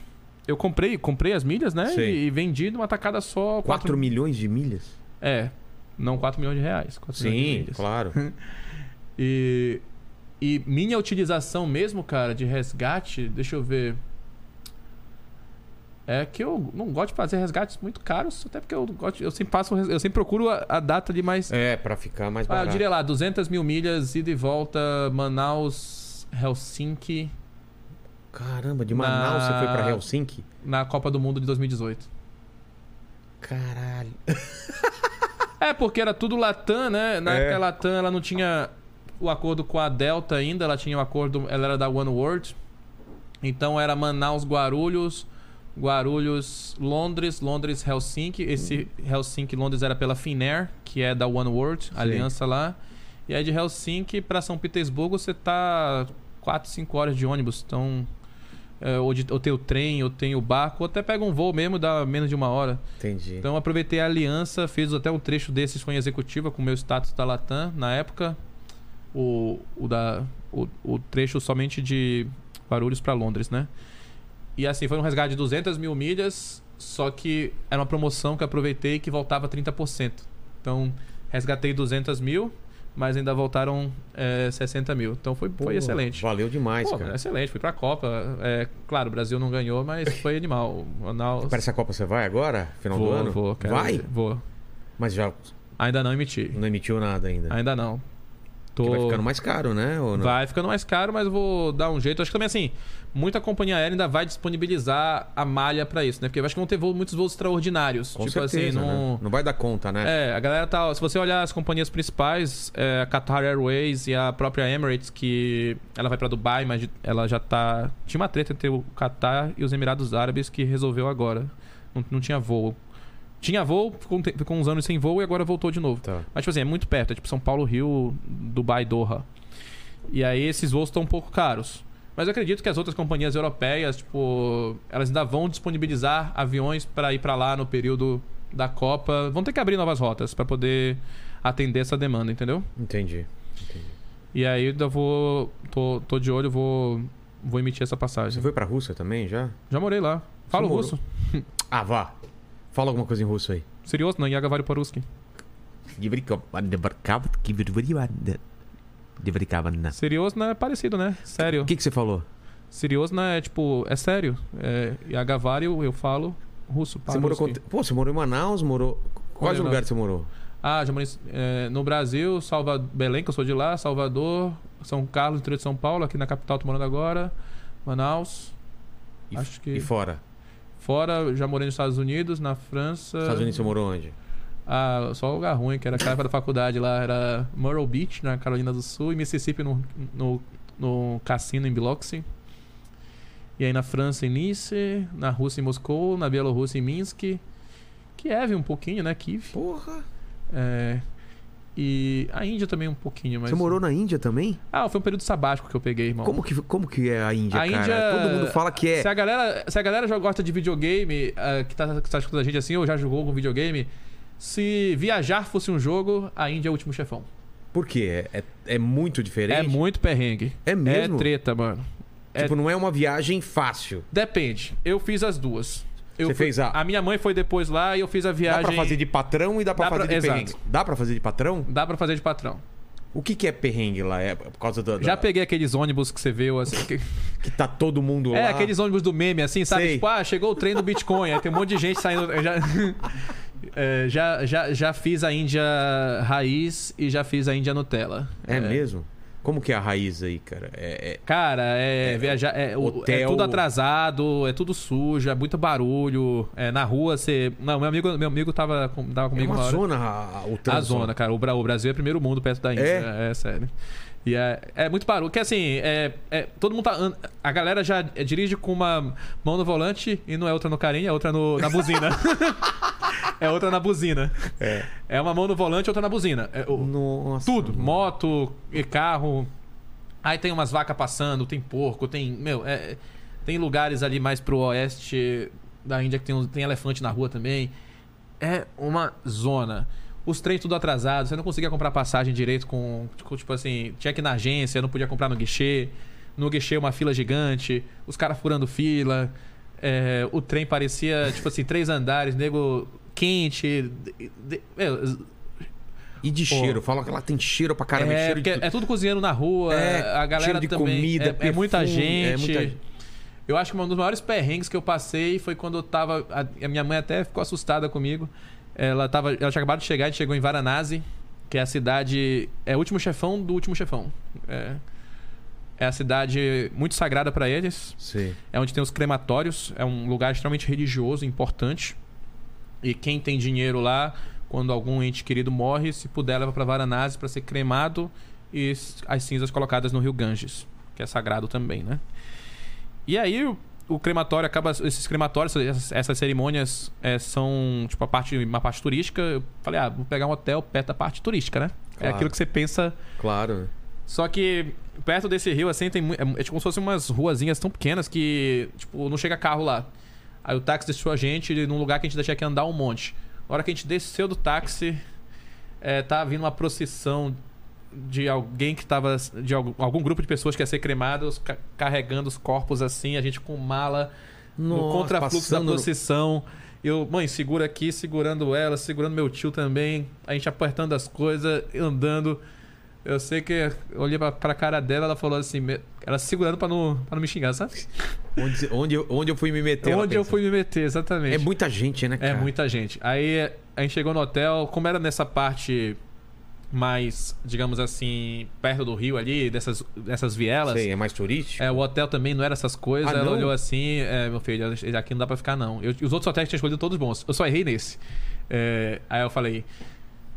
S3: Eu comprei, comprei as milhas, né?
S1: Sim.
S3: E, e vendi numa tacada só
S1: 4
S3: 4
S1: milhões de milhas?
S3: É. Não 4 milhões de reais. 4 milhões de
S1: Sim,
S3: milhas.
S1: claro.
S3: E, e minha utilização mesmo, cara, de resgate, deixa eu ver. É que eu não gosto de fazer resgates muito caros, até porque eu gosto, eu sempre passo, eu sempre procuro a, a data de mais.
S1: É, pra ficar mais
S3: ah, eu
S1: barato.
S3: diria lá, 200 mil milhas, ida e volta, Manaus, Helsinki,
S1: Caramba, de Manaus você foi pra
S3: Na-
S1: Helsinki?
S3: na Copa do Mundo de 2018.
S1: Caralho.
S3: É, porque era tudo Latam, né? Na
S1: É.
S3: época a Latam ela não tinha o acordo com a Delta ainda, ela tinha o acordo, ela era da One World. Então era Manaus, Guarulhos, Guarulhos, Londres, Londres, Helsinki. Esse Helsinki, Londres era pela Finnair, que é da One World, a aliança lá. E aí de Helsinki pra São Petersburgo você tá 4, 5 horas de ônibus, então é, ou, de, ou tem o trem, ou tem o barco, ou até pega um voo mesmo, dá menos de uma hora.
S1: Entendi.
S3: Então eu aproveitei a aliança, fiz até um trecho desse sonho executiva com o meu status da Latam na época. O, o da, o, o trecho somente de Guarulhos para Londres, né? E assim, foi um resgate de 200 mil milhas, só que era uma promoção que eu aproveitei que voltava 30%. Então resgatei 200 mil, mas ainda voltaram eh, 60 mil. Então foi,
S1: Pô,
S3: foi excelente.
S1: Valeu demais,
S3: Pô,
S1: cara.
S3: excelente, fui pra Copa. É, claro, o Brasil não ganhou, mas foi animal. Manaus-
S1: Para essa Copa você vai agora? é Final
S3: vou,
S1: do ano?
S3: Vou, cara.
S1: Vai?
S3: Vou.
S1: Mas já
S3: Ainda não emiti.
S1: não emitiu nada ainda.
S3: Ainda não. Tô...
S1: Porque É. vai ficando mais caro, né? Ou não?
S3: Vai ficando mais caro, mas eu vou dar um jeito. Acho que também assim, muita companhia aérea ainda vai disponibilizar a malha pra isso, né? Porque eu acho que vão ter voo- muitos voos extraordinários.
S1: Com
S3: tipo
S1: certeza,
S3: assim, não.
S1: né? Não vai dar conta, né?
S3: É, a galera tá. Se você olhar as companhias principais, é, a Qatar Airways e a própria Emirates, que ela vai pra Dubai, mas ela já tá. Tinha uma treta entre o Qatar e os Emirados Árabes que resolveu agora. Não, não tinha voo. Tinha voo, ficou, um te- ficou uns anos sem voo e agora voltou de novo.
S1: Tá.
S3: Mas, tipo assim, é muito perto. É tipo São Paulo, Rio, Dubai, Doha. E aí esses voos estão um pouco caros. Mas eu acredito que as outras companhias europeias, tipo, elas ainda vão disponibilizar aviões para ir para lá no período da Copa. Vão ter que abrir novas rotas para poder atender essa demanda, entendeu?
S1: Entendi.
S3: E aí eu ainda vou. tô, tô de olho, vou. vou emitir essa
S1: Você
S3: passagem.
S1: foi pra Rússia também já?
S3: Já morei lá. Falo
S1: morou?
S3: russo.
S1: Ah, vá. Fala alguma coisa em russo aí.
S3: Serioso, não, Yaga Varuparuski.
S1: O
S3: Serioso é parecido, né? Sério.
S1: que, que você falou?
S3: Serioso é tipo, é sério. É, Yagavário, eu falo russo.
S1: Você morou,
S3: paruski.
S1: com- Pô, você morou em Manaus, morou. Quais
S3: Morei
S1: lugares você
S3: lá.
S1: morou?
S3: Ah, já morei é, no Brasil, Salvador, Belém, que eu sou de lá, Salvador, São Carlos, interior de São Paulo, aqui na capital tô morando agora, Manaus.
S1: E-
S3: acho que
S1: E fora?
S3: fora, já morei nos Estados Unidos, na França.
S1: Estados Unidos você morou onde?
S3: Ah, só lugar ruim, que era cara da faculdade lá, era Myrtle Beach, na Carolina do Sul, e Mississippi no, no, no cassino em Biloxi. E aí na França em Nice, na Rússia em Moscou, na Bielorrússia em Minsk, Kiev um pouquinho, né, Kiev.
S1: Porra!
S3: É, e a Índia também um pouquinho, mas...
S1: Você morou na Índia também?
S3: Ah, foi um período sabático que eu peguei, irmão.
S1: Como que, como que é a Índia,
S3: A
S1: cara?
S3: Índia-
S1: Todo mundo fala que é.
S3: Se a galera, se a galera já gosta de videogame, ah, que tá, que tá escutando a gente assim, ou já jogou algum videogame, Se viajar fosse um jogo, a Índia é o último chefão.
S1: Por quê? É, é- é muito diferente?
S3: É muito perrengue.
S1: É mesmo?
S3: É treta, mano. é-
S1: Tipo, não é uma viagem fácil.
S3: Depende. Eu fiz as duas. Eu
S1: Você
S3: fui-
S1: fez a-
S3: minha mãe foi depois lá e eu fiz a
S1: Dá
S3: viagem.
S1: pra fazer de patrão e dá pra
S3: Dá pra-
S1: fazer de
S3: exato.
S1: perrengue. Dá pra fazer de patrão?
S3: Dá pra fazer de patrão.
S1: O que, que é perrengue lá? É por causa da, da-
S3: Já peguei aqueles ônibus que você viu, assim. que-
S1: que tá todo mundo
S3: É,
S1: lá.
S3: aqueles ônibus do meme, assim, sabe?
S1: Sei.
S3: Tipo, ah, chegou o trem do Bitcoin, aí tem um monte de gente saindo. Eu já, É, já, já, já fiz a Índia raiz e já fiz a Índia Nutella.
S1: É, mesmo? Como que é a raiz aí, cara? É, é-
S3: Cara, é, viajar. É, o-
S1: hotel.
S3: é tudo atrasado, é tudo sujo, é muito barulho. É, na rua você. Não, meu amigo, meu amigo tava, com- tava
S1: é
S3: comigo
S1: uma
S3: hora.
S1: zona a- a- o
S3: A
S1: trânsito.
S3: zona, cara. O, Bra- o Brasil é primeiro mundo perto da Índia.
S1: É?
S3: É, sério. E é, é muito barulho. Porque assim, é, é- todo mundo tá. an- A galera já é, dirige com uma mão no volante e não é outra no carinho, é outra no- na buzina. é outra na buzina. É. uma mão no volante e outra na buzina. É, o-
S1: Nossa.
S3: tudo.
S1: mano.
S3: Moto, e carro. Aí tem umas vacas passando, tem porco, tem. Meu, é- tem lugares ali mais pro oeste da Índia que tem, uns- tem elefante na rua também. É uma zona. Os trens tudo atrasado, você não conseguia comprar passagem direito com. com, Tipo assim, tinha que ir na agência, não podia comprar no guichê. No guichê uma fila gigante, os caras furando fila. é, o trem parecia, tipo assim, três andares, nego quente. de- de- meu,
S1: E de cheiro. Falam que lá tem cheiro pra caramba.
S3: é,
S1: cheiro de
S3: porque
S1: tudo.
S3: é tudo cozinhando na rua,
S1: É,
S3: a galera
S1: cheiro de
S3: também.
S1: comida,
S3: é- é,
S1: perfume, é
S3: muita gente.
S1: muita-
S3: Eu acho que um dos maiores perrengues que eu passei foi quando eu tava. A, a minha mãe até ficou assustada comigo. Ela, tava, ela tinha acabado de chegar, a gente chegou em Varanasi, que é a cidade. É o último chefão do último chefão. É, é a cidade muito sagrada pra eles.
S1: Sim.
S3: É onde tem os crematórios. É um lugar extremamente religioso, importante. E quem tem dinheiro lá, quando algum ente querido morre, se puder, leva para Varanasi para ser cremado e s- as cinzas colocadas no rio Ganges, que é sagrado também, né? E aí o, o crematório acaba. Esses crematórios, essas, essas cerimônias é, são tipo a parte, uma parte turística. Eu falei, ah, vou pegar um hotel perto da parte turística, né? É
S1: Claro.
S3: aquilo que você pensa
S1: Claro. né?
S3: só que perto desse rio, assim, tem mui- é, é tipo como se fossem umas ruazinhas tão pequenas que, tipo, não chega carro lá. Aí o táxi deixou a gente num lugar que a gente tinha que andar um monte. Na hora que a gente desceu do táxi, é, tá vindo uma procissão de alguém que tava. de algum, algum grupo de pessoas que ia ser cremado, os ca- carregando os corpos assim, a gente com mala no
S1: Nossa,
S3: contrafluxo da
S1: passando no-
S3: procissão. Eu, mãe, segura aqui, segurando ela, segurando meu tio também. A gente apertando as coisas, andando. Eu sei que eu olhei pra, pra cara dela, ela falou assim, me- ela segurando pra não, pra não me xingar, sabe?
S1: Onde, onde, eu, onde eu fui me meter? ela
S3: Onde eu
S1: pensa.
S3: fui me meter, exatamente.
S1: É muita gente, né, cara?
S3: É muita gente. Aí a gente chegou no hotel, como era nessa parte mais, digamos assim, perto do rio ali, dessas, dessas vielas.
S1: Sei, é mais turístico?
S3: É, o hotel também não era essas coisas.
S1: Ah,
S3: ela
S1: não?
S3: olhou assim, é, meu filho, aqui não dá pra ficar, não. Eu- os outros hotéis que tinha escolhido todos bons. Eu só errei nesse. É, aí eu falei,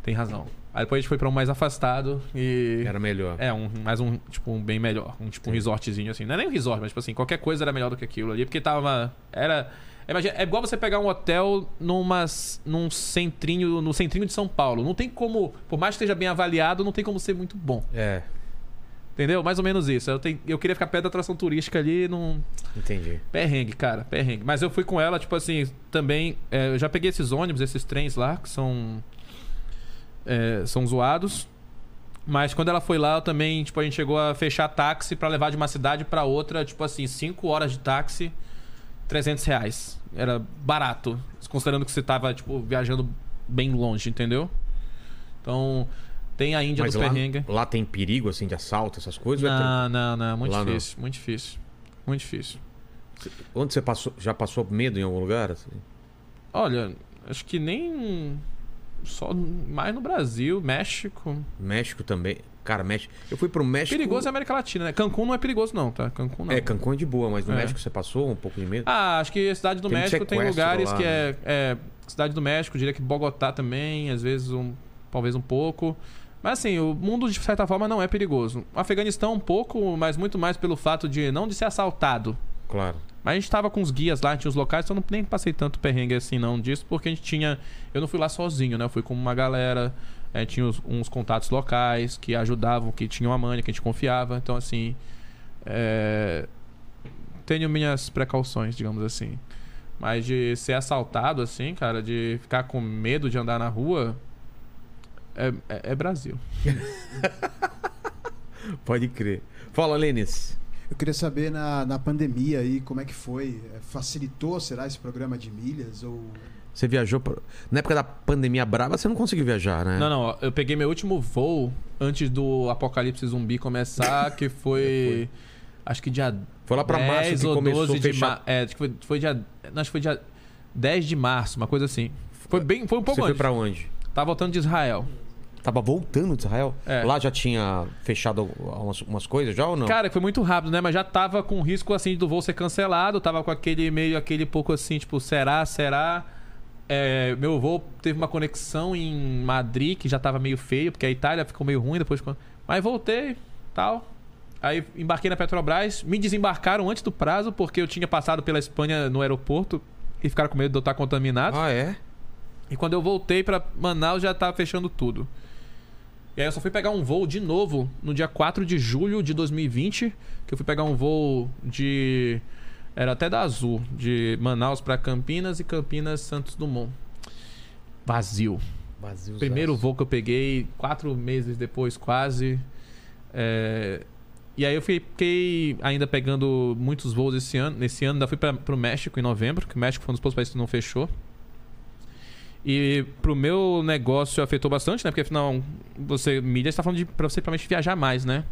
S3: tem razão. Aí depois a gente foi pra um mais afastado e.
S1: Era melhor.
S3: É, um, mais um, tipo, um bem melhor. Um tipo um resortzinho assim. Não é nem um resort, mas tipo assim, qualquer coisa era melhor do que aquilo ali, porque tava. Era. Imagina, é igual você pegar um hotel numas, num centrinho, no centrinho de São Paulo. Não tem como, por mais que esteja bem avaliado, não tem como ser muito bom.
S1: É,
S3: Entendeu? Mais ou menos isso. Eu, tenho- eu queria ficar perto da atração turística ali, não.
S1: entendi.
S3: Perrengue, cara, perrengue. Mas eu fui com ela, tipo assim, também. é, eu já peguei esses ônibus, esses trens lá, que são. é, são zoados. Mas quando ela foi lá, eu também, tipo, a gente chegou a fechar táxi pra levar de uma cidade pra outra, tipo assim, 5 horas de táxi, 300 reais. Era barato, considerando que você tava, tipo, viajando bem longe, entendeu? Então, tem a Índia
S1: Mas
S3: do
S1: lá,
S3: perrengue.
S1: lá tem perigo, assim, de assalto, essas coisas? Ou é
S3: Não, não, não, muito
S1: Lá não.
S3: difícil, muito difícil. Muito difícil.
S1: tran- Onde você passou? Já passou medo em algum lugar? assim?
S3: Olha, acho que nem. Só mais no Brasil, México.
S1: México também. Cara, México. Eu fui pro México.
S3: Perigoso é América Latina, né? Cancún não é perigoso, não, tá? Cancún não.
S1: É, Cancún é de boa, mas no
S3: É.
S1: México você passou um pouco de medo?
S3: Ah, acho que a Cidade do
S1: Tem
S3: México tem
S1: sequestro
S3: lugares
S1: lá,
S3: que
S1: né?
S3: é, é. Cidade do México, diria que Bogotá também, às vezes um. Talvez um pouco. Mas assim, o mundo de certa forma não é perigoso. O Afeganistão um pouco, mas muito mais pelo fato de não de ser assaltado.
S1: Claro.
S3: Mas a gente tava com os guias lá, tinha os locais, então eu não, nem passei tanto perrengue assim não disso, porque a gente tinha. Eu não fui lá sozinho, né? Eu fui com uma galera, eh, tinha uns, uns contatos locais que ajudavam, que tinham a manha, que a gente confiava. Então, é, assim. eh, tenho minhas precauções, digamos assim. Mas de ser assaltado, assim, cara, de ficar com medo de andar na rua. É, é- é Brasil.
S1: Pode crer. Fala, Lênis.
S2: Eu queria saber na, na pandemia aí como é que foi. É, Facilitou, será, esse programa de milhas? Ou
S4: Você viajou. pra- Na época da pandemia brava, você não conseguiu viajar, né?
S3: Não, não, ó, eu peguei meu último voo antes do apocalipse zumbi começar, que foi. acho que dia
S4: Foi lá pra março
S3: 10
S4: que
S3: ou
S4: começou a
S3: 12 de
S4: fechar.
S3: março. É, acho que foi, foi dia. não, Acho que foi dia 10 de março, uma coisa assim. Foi
S4: Tá.
S3: bem. Foi um
S1: Você
S3: pouco
S1: foi
S3: antes.
S1: pra onde?
S3: Tava voltando de Israel.
S4: Tava voltando de Israel?
S3: É.
S4: Lá já tinha fechado umas, umas coisas já ou não?
S3: Cara, foi muito rápido, né? Mas já tava com risco assim do voo ser cancelado. Tava com aquele meio, aquele pouco assim, tipo, será, será? É, meu voo teve uma conexão em Madrid que já tava meio feio, porque a Itália ficou meio ruim depois. quando- Mas voltei, tal. Aí embarquei na Petrobras. Me desembarcaram antes do prazo, porque eu tinha passado pela Espanha no aeroporto e ficaram com medo de eu estar contaminado.
S4: Ah, é?
S3: E quando eu voltei pra Manaus já tava fechando tudo. E aí eu só fui pegar um voo de novo no dia 4 de julho de 2020, que eu fui pegar um voo de era até da Azul, de Manaus pra Campinas e Campinas Santos Dumont. Vazio.
S1: Brasil.
S3: Primeiro voo que eu peguei, quatro meses depois, quase. É, E aí eu fiquei ainda pegando muitos voos esse ano. Nesse ano ainda fui para pro México em novembro, que o México foi um dos poucos países que não fechou. E pro meu negócio afetou bastante, né? Porque afinal, você, mídia, está falando de pra você realmente viajar mais, né?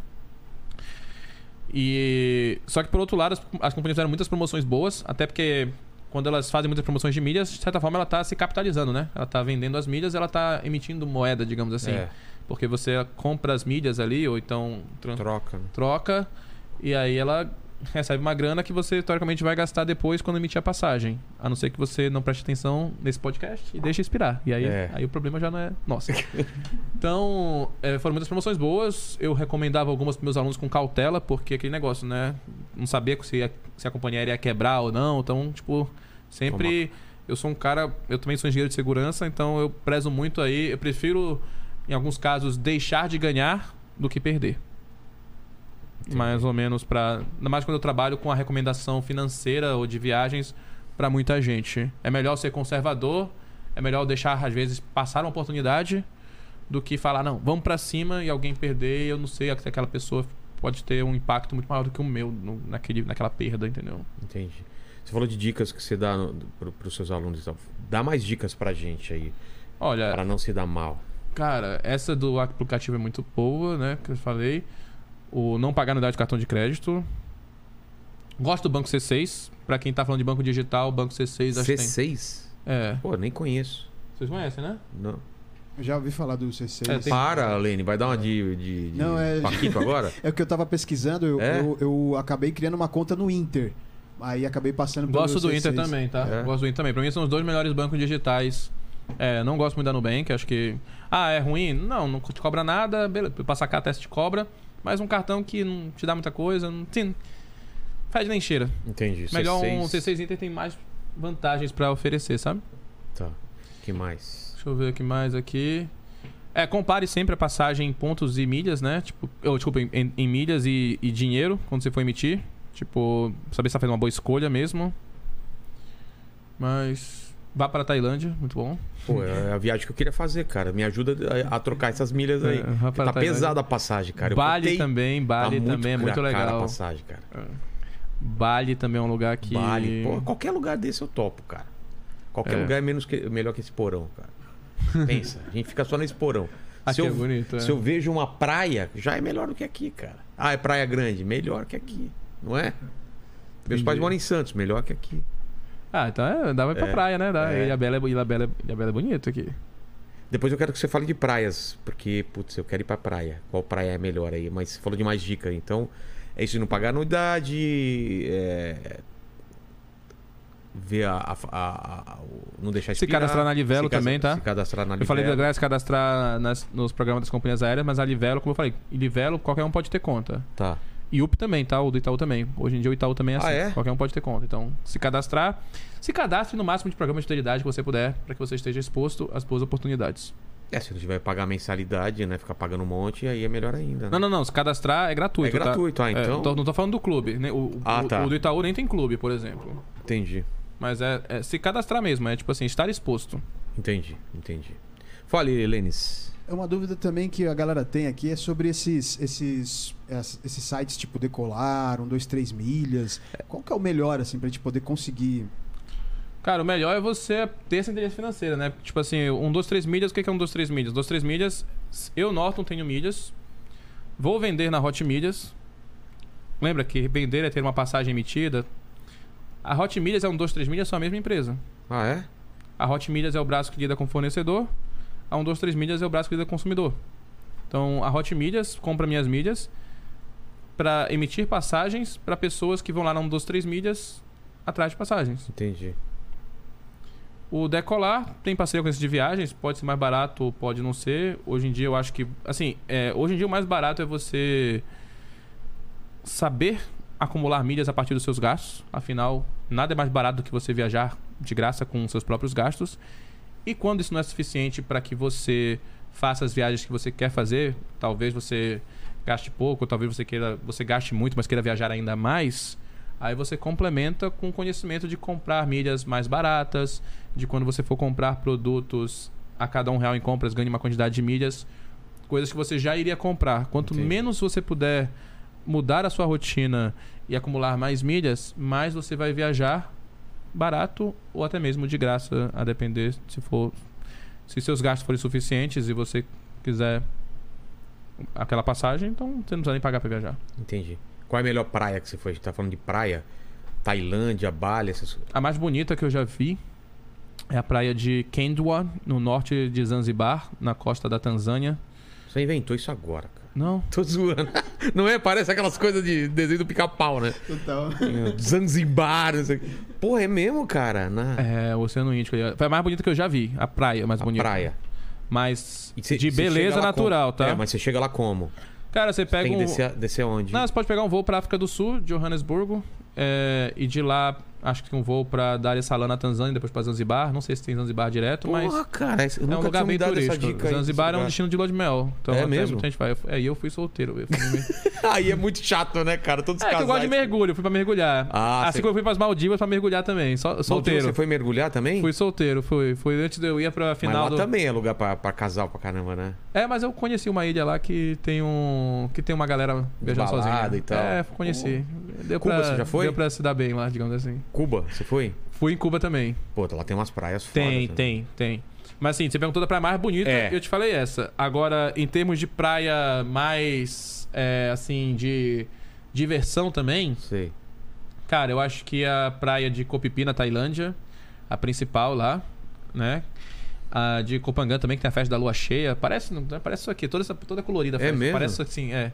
S3: E só que por outro lado, as, as companhias fizeram muitas promoções boas, até porque quando elas fazem muitas promoções de milhas, de certa forma ela tá se capitalizando, né? Ela tá vendendo as milhas, ela tá emitindo moeda, digamos assim,
S1: É.
S3: porque você compra as milhas ali ou então tran-
S1: Troca, né?
S3: troca e aí ela recebe uma grana que você teoricamente vai gastar depois quando emitir a passagem. A não ser que você não preste atenção nesse podcast e deixe expirar. E aí,
S1: É.
S3: aí o problema já não é nosso. então, é, foram muitas promoções boas. Eu recomendava algumas para meus alunos com cautela, porque aquele negócio, né? Não sabia se a, se a companhia aérea ia quebrar ou não. Então, tipo, sempre. Eu sou um cara. Eu também sou engenheiro de segurança, então eu prezo muito aí. Eu prefiro, em alguns casos, deixar de ganhar do que perder. Mais ou menos para. Ainda mais quando eu trabalho com a recomendação financeira ou de viagens para muita gente. É melhor ser conservador, é melhor deixar, às vezes, passar uma oportunidade do que falar, não, vamos para cima e alguém perder, eu não sei, aquela pessoa pode ter um impacto muito maior do que o meu no- naquele, naquela perda, entendeu?
S1: Entendi. Você falou de dicas que você dá no, pro, pros seus alunos e tal. Dá mais dicas pra gente aí,
S3: Olha,
S1: pra não se dar mal.
S3: Cara, essa do aplicativo é muito boa, né? Que eu falei. O não pagar anuidade de cartão de crédito. Gosto do banco C6. Pra quem tá falando de banco digital, banco C6 acho que
S1: C6?
S3: tem. É.
S1: Pô, nem conheço.
S3: Vocês conhecem, né?
S1: Não.
S2: eu já ouvi falar do C6.
S3: É, tem-
S1: Para, Lene, vai dar uma de, de, de
S2: Não, é-
S1: Paquito agora?
S2: É o que eu tava pesquisando, eu,
S1: É?
S2: eu, eu acabei criando uma conta no Inter. Aí acabei passando pelo
S3: Gosto do
S2: C6.
S3: Inter também, tá?
S1: É.
S3: Gosto do Inter também. Pra mim são os dois melhores bancos digitais. É, não gosto muito da Nubank, acho que. Ah, é ruim? Não, não te cobra nada, beleza. Pra sacar teste te cobra. Mas um cartão que não te dá muita coisa. Não... Sim. Fede nem cheira.
S1: Entendi.
S3: Melhor
S1: C6.
S3: um C6 Inter tem mais vantagens pra oferecer, sabe?
S1: Tá. que mais?
S3: Deixa eu ver aqui mais aqui. É, compare sempre a passagem em pontos e milhas, né? Tipo, ou, desculpa, em- em, em milhas e, e dinheiro quando você for emitir. Tipo, saber se tá fazendo uma boa escolha mesmo. Mas vá para a Tailândia, muito bom.
S1: Pô, é a viagem que eu queria fazer, cara. Me ajuda a, a trocar essas milhas aí.
S3: É, vá pra
S1: tá
S3: Tailândia.
S1: pesada a passagem, cara. Eu
S3: Bali
S1: botei-
S3: também,
S1: tá
S3: Bali também é muito
S1: cara, a
S3: legal.
S1: passagem, cara.
S3: Bali também é um lugar que
S1: Bali, pô, qualquer lugar desse eu topo, cara. Qualquer
S3: É.
S1: lugar é menos que- melhor que esse porão, cara. Pensa, a gente fica só nesse porão.
S3: Aqui
S1: se eu,
S3: é bonito, é.
S1: se eu vejo uma praia, já é melhor do que aqui, cara. Ah, é praia grande, melhor que aqui, não é? Meus
S3: Entendi.
S1: pais moram em Santos, melhor que aqui.
S3: Ah, então é, dá pra ir pra
S1: É,
S3: praia, né? Dá.
S1: é.
S3: Ilha Bela é, bo- Ilha Bela é- Ilha Bela é bonito aqui.
S1: Depois eu quero que você fale de praias, porque, putz, eu quero ir pra praia. Qual praia é melhor aí? Mas você falou de mais dica, então é isso de não pagar anuidade, é... ver a, a- a- a- o- não deixar
S3: Se
S1: expirar,
S3: cadastrar na Livelo
S1: se cas-
S3: também, tá?
S1: Se cadastrar na
S3: Eu falei da
S1: Livelo.
S3: galera se cadastrar nas- nos programas das companhias aéreas, mas a Livelo, como eu falei, Livelo, qualquer um pode ter conta.
S1: Tá.
S3: E UP também, tá? O do Itaú também. Hoje em dia o Itaú também é
S1: Ah,
S3: assim.
S1: é?
S3: Qualquer um pode ter conta. Então, se cadastrar, se cadastre no máximo de programas de fidelidade que você puder, para que você esteja exposto às boas oportunidades.
S1: É, se não tiver que pagar mensalidade, né? Ficar pagando um monte, aí é melhor ainda. né?
S3: Não, não, não. Se cadastrar é gratuito.
S1: É gratuito,
S3: tá?
S1: ah,
S3: É,
S1: então-
S3: eu tô- não tô falando do clube. né? O, o-
S1: Ah, tá.
S3: o do Itaú nem tem clube, por exemplo.
S1: Entendi.
S3: Mas é, é se cadastrar mesmo, é tipo assim, estar exposto.
S1: Entendi, entendi. Fale, Lênis.
S2: É uma dúvida também que a galera tem aqui é sobre esses, esses, ess- esses sites tipo Decolar, 1, 2, 3 milhas. Qual que é o melhor, assim, pra gente poder conseguir?
S3: Cara, o melhor é você ter essa inteligência financeira, né? Porque, Tipo assim, um, dois, três milhas, o que que é um, dois, três milhas? Dois, três milhas, eu, Norton, tenho milhas. Vou vender na Hot Milhas. Lembra que vender é ter uma passagem emitida? A Hot Milhas é um, dois, três milhas, só a mesma empresa.
S1: Ah, é?
S3: A Hot Milhas é o braço que lida com o fornecedor. A 123 Milhas é o braço que lida com o consumidor. Então, a Hot Milhas compra minhas milhas para emitir passagens para pessoas que vão lá na 123 Milhas atrás de passagens.
S1: Entendi.
S3: O Decolar tem parceria com esse de viagens, pode ser mais barato ou pode não ser. Hoje em dia eu acho que. Assim, é, hoje em dia o mais barato é você saber acumular milhas a partir dos seus gastos. Afinal, nada é mais barato do que você viajar de graça com seus próprios gastos. E quando isso não é suficiente para que você faça as viagens que você quer fazer, talvez você gaste pouco, talvez você queira, você gaste muito, mas queira viajar ainda mais, aí você complementa com o conhecimento de comprar milhas mais baratas, de quando você for comprar produtos a cada um real em compras, ganhe uma quantidade de milhas, coisas que você já iria comprar. Quanto
S1: Entendi.
S3: menos você puder mudar a sua rotina e acumular mais milhas, mais você vai viajar barato ou até mesmo de graça, a depender se for se seus gastos forem suficientes e você quiser aquela passagem, então você não precisa nem pagar pra viajar.
S1: Entendi. Qual é a melhor praia que você foi? A gente tá falando de praia? Tailândia, Bali, essas coisas.
S3: A mais bonita que eu já vi é a praia de Kendwa, no norte de Zanzibar, na costa da Tanzânia.
S1: Você inventou isso agora, cara.
S3: Não,
S1: Tô zoando. Não é? Parece aquelas coisas de desenho do pica-pau, né?
S2: Então,
S1: Zanzibar, não sei o quê. Porra, é mesmo, cara? Na
S3: é o Oceano Índico. Foi a mais bonita que eu já vi, a praia mais
S1: a
S3: bonita.
S1: praia.
S3: Mas
S1: E cê-
S3: de
S1: cê chega
S3: beleza
S1: lá
S3: natural,
S1: como?
S3: tá?
S1: É, mas você chega lá como?
S3: Cara, você pega
S1: Tem que
S3: um...
S1: descer, descer onde?
S3: Não, você pode pegar um voo pra África do Sul, de Johannesburgo, é, e de lá, acho que um voo pra Dar es Salaam, na Tanzânia, depois pra Zanzibar. Não sei se tem Zanzibar direto, mas
S1: Porra, cara, eu
S3: é
S1: nunca
S3: um lugar
S1: tinha me
S3: bem
S1: dado essa
S3: turístico.
S1: dica aí.
S3: Zanzibar é um
S1: desse
S3: destino de lua de mel. Então,
S1: É
S3: até
S1: mesmo?
S3: muita gente vai. É, e eu fui solteiro. Eu fui no meio-
S1: lugar. Aí é muito chato, né, cara? Todos os
S3: é que eu gosto de
S1: casais-
S3: mergulho, eu fui pra mergulhar.
S1: Ah,
S3: assim
S1: você-
S3: como eu fui pras Maldivas pra mergulhar também, só, solteiro.
S1: Você foi mergulhar também?
S3: Fui solteiro, fui. Foi antes de eu ir pra
S1: Mas
S3: final
S1: lá
S3: do...
S1: também é lugar pra, pra casal pra caramba, né?
S3: É, mas eu conheci uma ilha lá que tem um. que tem uma galera viajando
S1: Balada
S3: sozinha.
S1: e tal.
S3: É, conheci. Deu
S1: Cuba,
S3: pra,
S1: você já foi?
S3: Deu pra se dar bem lá, digamos assim.
S1: Cuba, você foi?
S3: Fui em Cuba também.
S1: Pô, lá tem umas praias
S3: Tem,
S1: fodas, né?
S3: tem, tem. Mas assim, você perguntou da praia mais bonita,
S1: É.
S3: eu te falei essa. Agora, em termos de praia mais, é, assim, de diversão também,
S1: Sei.
S3: cara, eu acho que a praia de Koh Phi, na Tailândia, a principal lá, né? A de Copangan também, que tem a festa da lua cheia. Parece, não, né? parece isso aqui, toda, essa, toda colorida. a
S1: É
S3: festa.
S1: mesmo?
S3: Parece assim, é.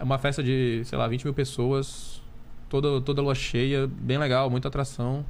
S3: É uma festa de, sei lá, 20 mil pessoas, toda, toda lua cheia, bem legal, muita atração.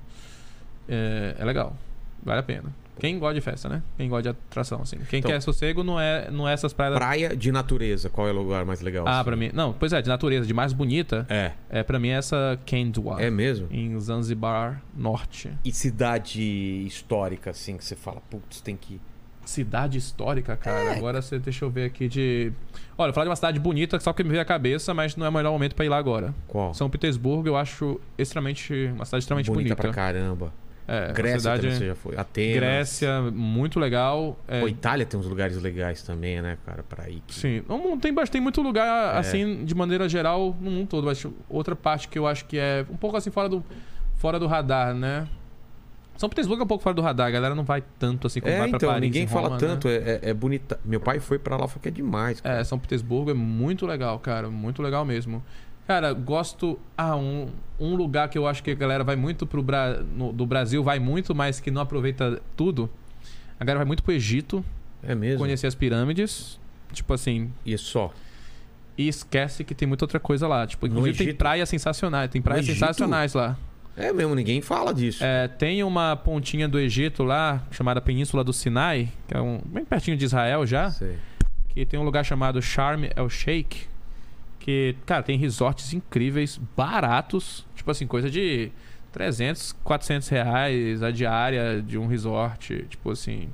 S3: É, é legal, vale a pena. Quem gosta de festa, né? Quem gosta de atração, assim. Quem
S1: Então-
S3: quer sossego não é, não é essas praias...
S1: Praia de natureza, qual é o lugar mais legal?
S3: Ah, pra mim... Não, pois é, de natureza, de mais bonita,
S1: É,
S3: é pra mim é essa Kendwa.
S1: é mesmo?
S3: Em Zanzibar Norte.
S1: E cidade histórica, assim, que você fala, putz, tem que...
S3: Cidade histórica,
S1: É.
S3: cara. Agora você deixa eu ver aqui de. Olha, eu falar de uma cidade bonita só porque me veio a cabeça, mas não é o melhor momento pra ir lá agora.
S1: Qual?
S3: São Petersburgo eu acho extremamente. Uma cidade extremamente
S1: bonita
S3: bonita.
S1: pra caramba.
S3: É, uma
S1: Grécia
S3: cidade-
S1: também você já foi. Atenas.
S3: Grécia, muito legal. É,
S1: Pô, Itália tem uns lugares legais também, né, cara, pra ir. que-
S3: Sim. No mundo tem, bas- tem muito
S1: É.
S3: lugar, assim, de maneira geral, no mundo todo. Mas outra parte que eu acho que é um pouco assim fora do, fora do radar, né? São Petersburgo é um pouco fora do radar, a galera não vai tanto assim como
S1: É,
S3: vai pra
S1: então,
S3: Paris.
S1: ninguém
S3: e
S1: fala
S3: Roma, né?
S1: tanto, é, é, é bonita. Meu pai foi pra lá, falou que é demais, cara.
S3: É, São Petersburgo é muito legal, cara. Muito legal mesmo. Cara, gosto. Ah, um, um lugar que eu acho que a galera vai muito pro Bra... no- do Brasil, vai muito, mas que não aproveita tudo. A galera vai muito pro Egito,
S1: É, mesmo.
S3: conhecer as pirâmides. Tipo assim,
S1: E é só.
S3: e esquece que tem muita outra coisa lá. Tipo,
S1: No
S3: inclusive tem
S1: Egito?
S3: praias sensacionais. Tem praias
S1: Egito?
S3: sensacionais lá.
S1: É mesmo, ninguém fala disso.
S3: É, tem uma pontinha do Egito lá, chamada Península do Sinai, que é um, bem pertinho de Israel já.
S1: Sei.
S3: que tem um lugar chamado Charm El Shake, que, cara, tem resorts incríveis, baratos, tipo assim, coisa de 300, 400 reais a diária de um resort, tipo assim,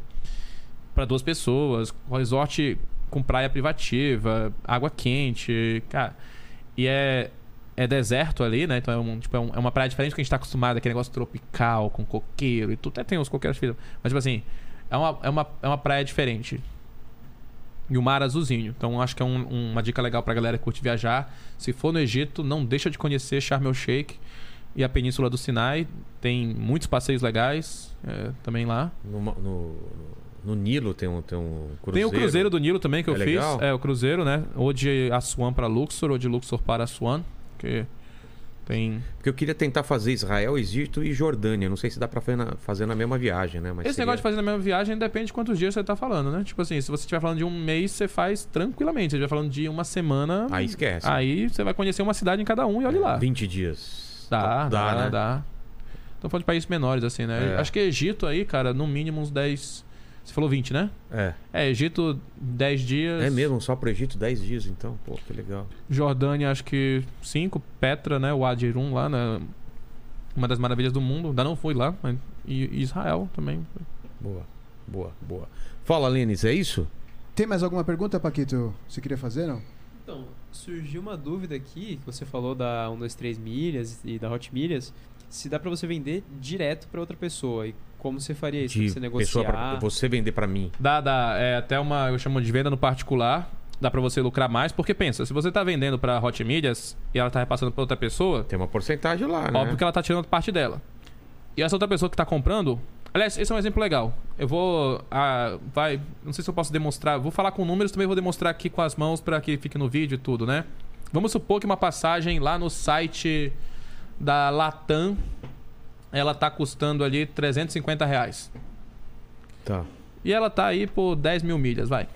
S3: para duas pessoas, um resort com praia privativa, água quente, cara, e é é deserto ali, né? Então é, um, tipo, é, um- é uma praia diferente do que a gente tá acostumado, aquele negócio tropical, com coqueiro e tudo. Até tem uns coqueiros, filhos, mas tipo assim, é uma, é, uma, é uma praia diferente. E o mar azulzinho. Então acho que é um- uma dica legal pra galera que curte viajar. Se for no Egito, não deixa de conhecer Sharm el Sheikh e a Península do Sinai. Tem muitos passeios legais é, também lá.
S1: No, ma- no, no Nilo tem um, tem um cruzeiro.
S3: Tem o Cruzeiro do Nilo também que eu
S1: É
S3: fiz.
S1: legal?
S3: É, o Cruzeiro, né? Ou de Assuan pra Luxor, ou de Luxor para Assuan. Que tem.
S1: Porque eu queria tentar fazer Israel, Egito e Jordânia. Não sei se dá pra fazer na, fazer na mesma viagem, né? Mas
S3: Esse
S1: seria-
S3: negócio de fazer na mesma viagem depende de quantos dias você tá falando, né? Tipo assim, se você estiver falando de um mês, você faz tranquilamente. Se estiver falando de uma semana.
S1: Aí Ah,
S3: Ah,
S1: esquece.
S3: aí você vai conhecer uma cidade em cada um e olha lá.
S1: 20 dias.
S3: Dá, dá, dá.
S1: né?
S3: Então falando de países menores, assim, né?
S1: É.
S3: Acho que Egito aí, cara, no mínimo uns 10. Você falou 20, né?
S1: É.
S3: É, Egito, 10 dias.
S1: É mesmo, só pro Egito 10 dias, então. Pô, que legal.
S3: Jordânia, acho que 5. Petra, né? O Adirum lá, né? Uma das maravilhas do mundo. Ainda não fui lá. Mas... E Israel também.
S1: Boa, boa, boa. Fala, Lênis, é isso?
S2: Tem mais alguma pergunta, Paquito? Você queria fazer, não?
S5: Então, surgiu uma dúvida aqui, que você falou da 1, 2, 3 milhas e da Hot Milhas, se dá pra você vender direto pra outra pessoa e como você faria isso?
S1: De
S5: você
S1: pessoa
S5: negociar?
S1: pra- você vender pra mim.
S3: Dá, dá. É até uma, eu chamo de venda no particular. Dá pra você lucrar mais, porque pensa, se você tá vendendo pra Hot Milhas e ela tá repassando pra outra pessoa,
S1: Tem uma porcentagem lá, né?
S3: óbvio que ela tá tirando parte dela. E essa outra pessoa que tá comprando. Aliás, esse é um exemplo legal. Eu vou. ah, vai. Não sei se eu posso demonstrar. Vou falar com números, também vou demonstrar aqui com as mãos pra que fique no vídeo e tudo, né? Vamos supor que uma passagem lá no site da Latam ela tá custando ali 350 reais.
S1: Tá.
S3: E ela tá aí por 10 mil milhas, vai.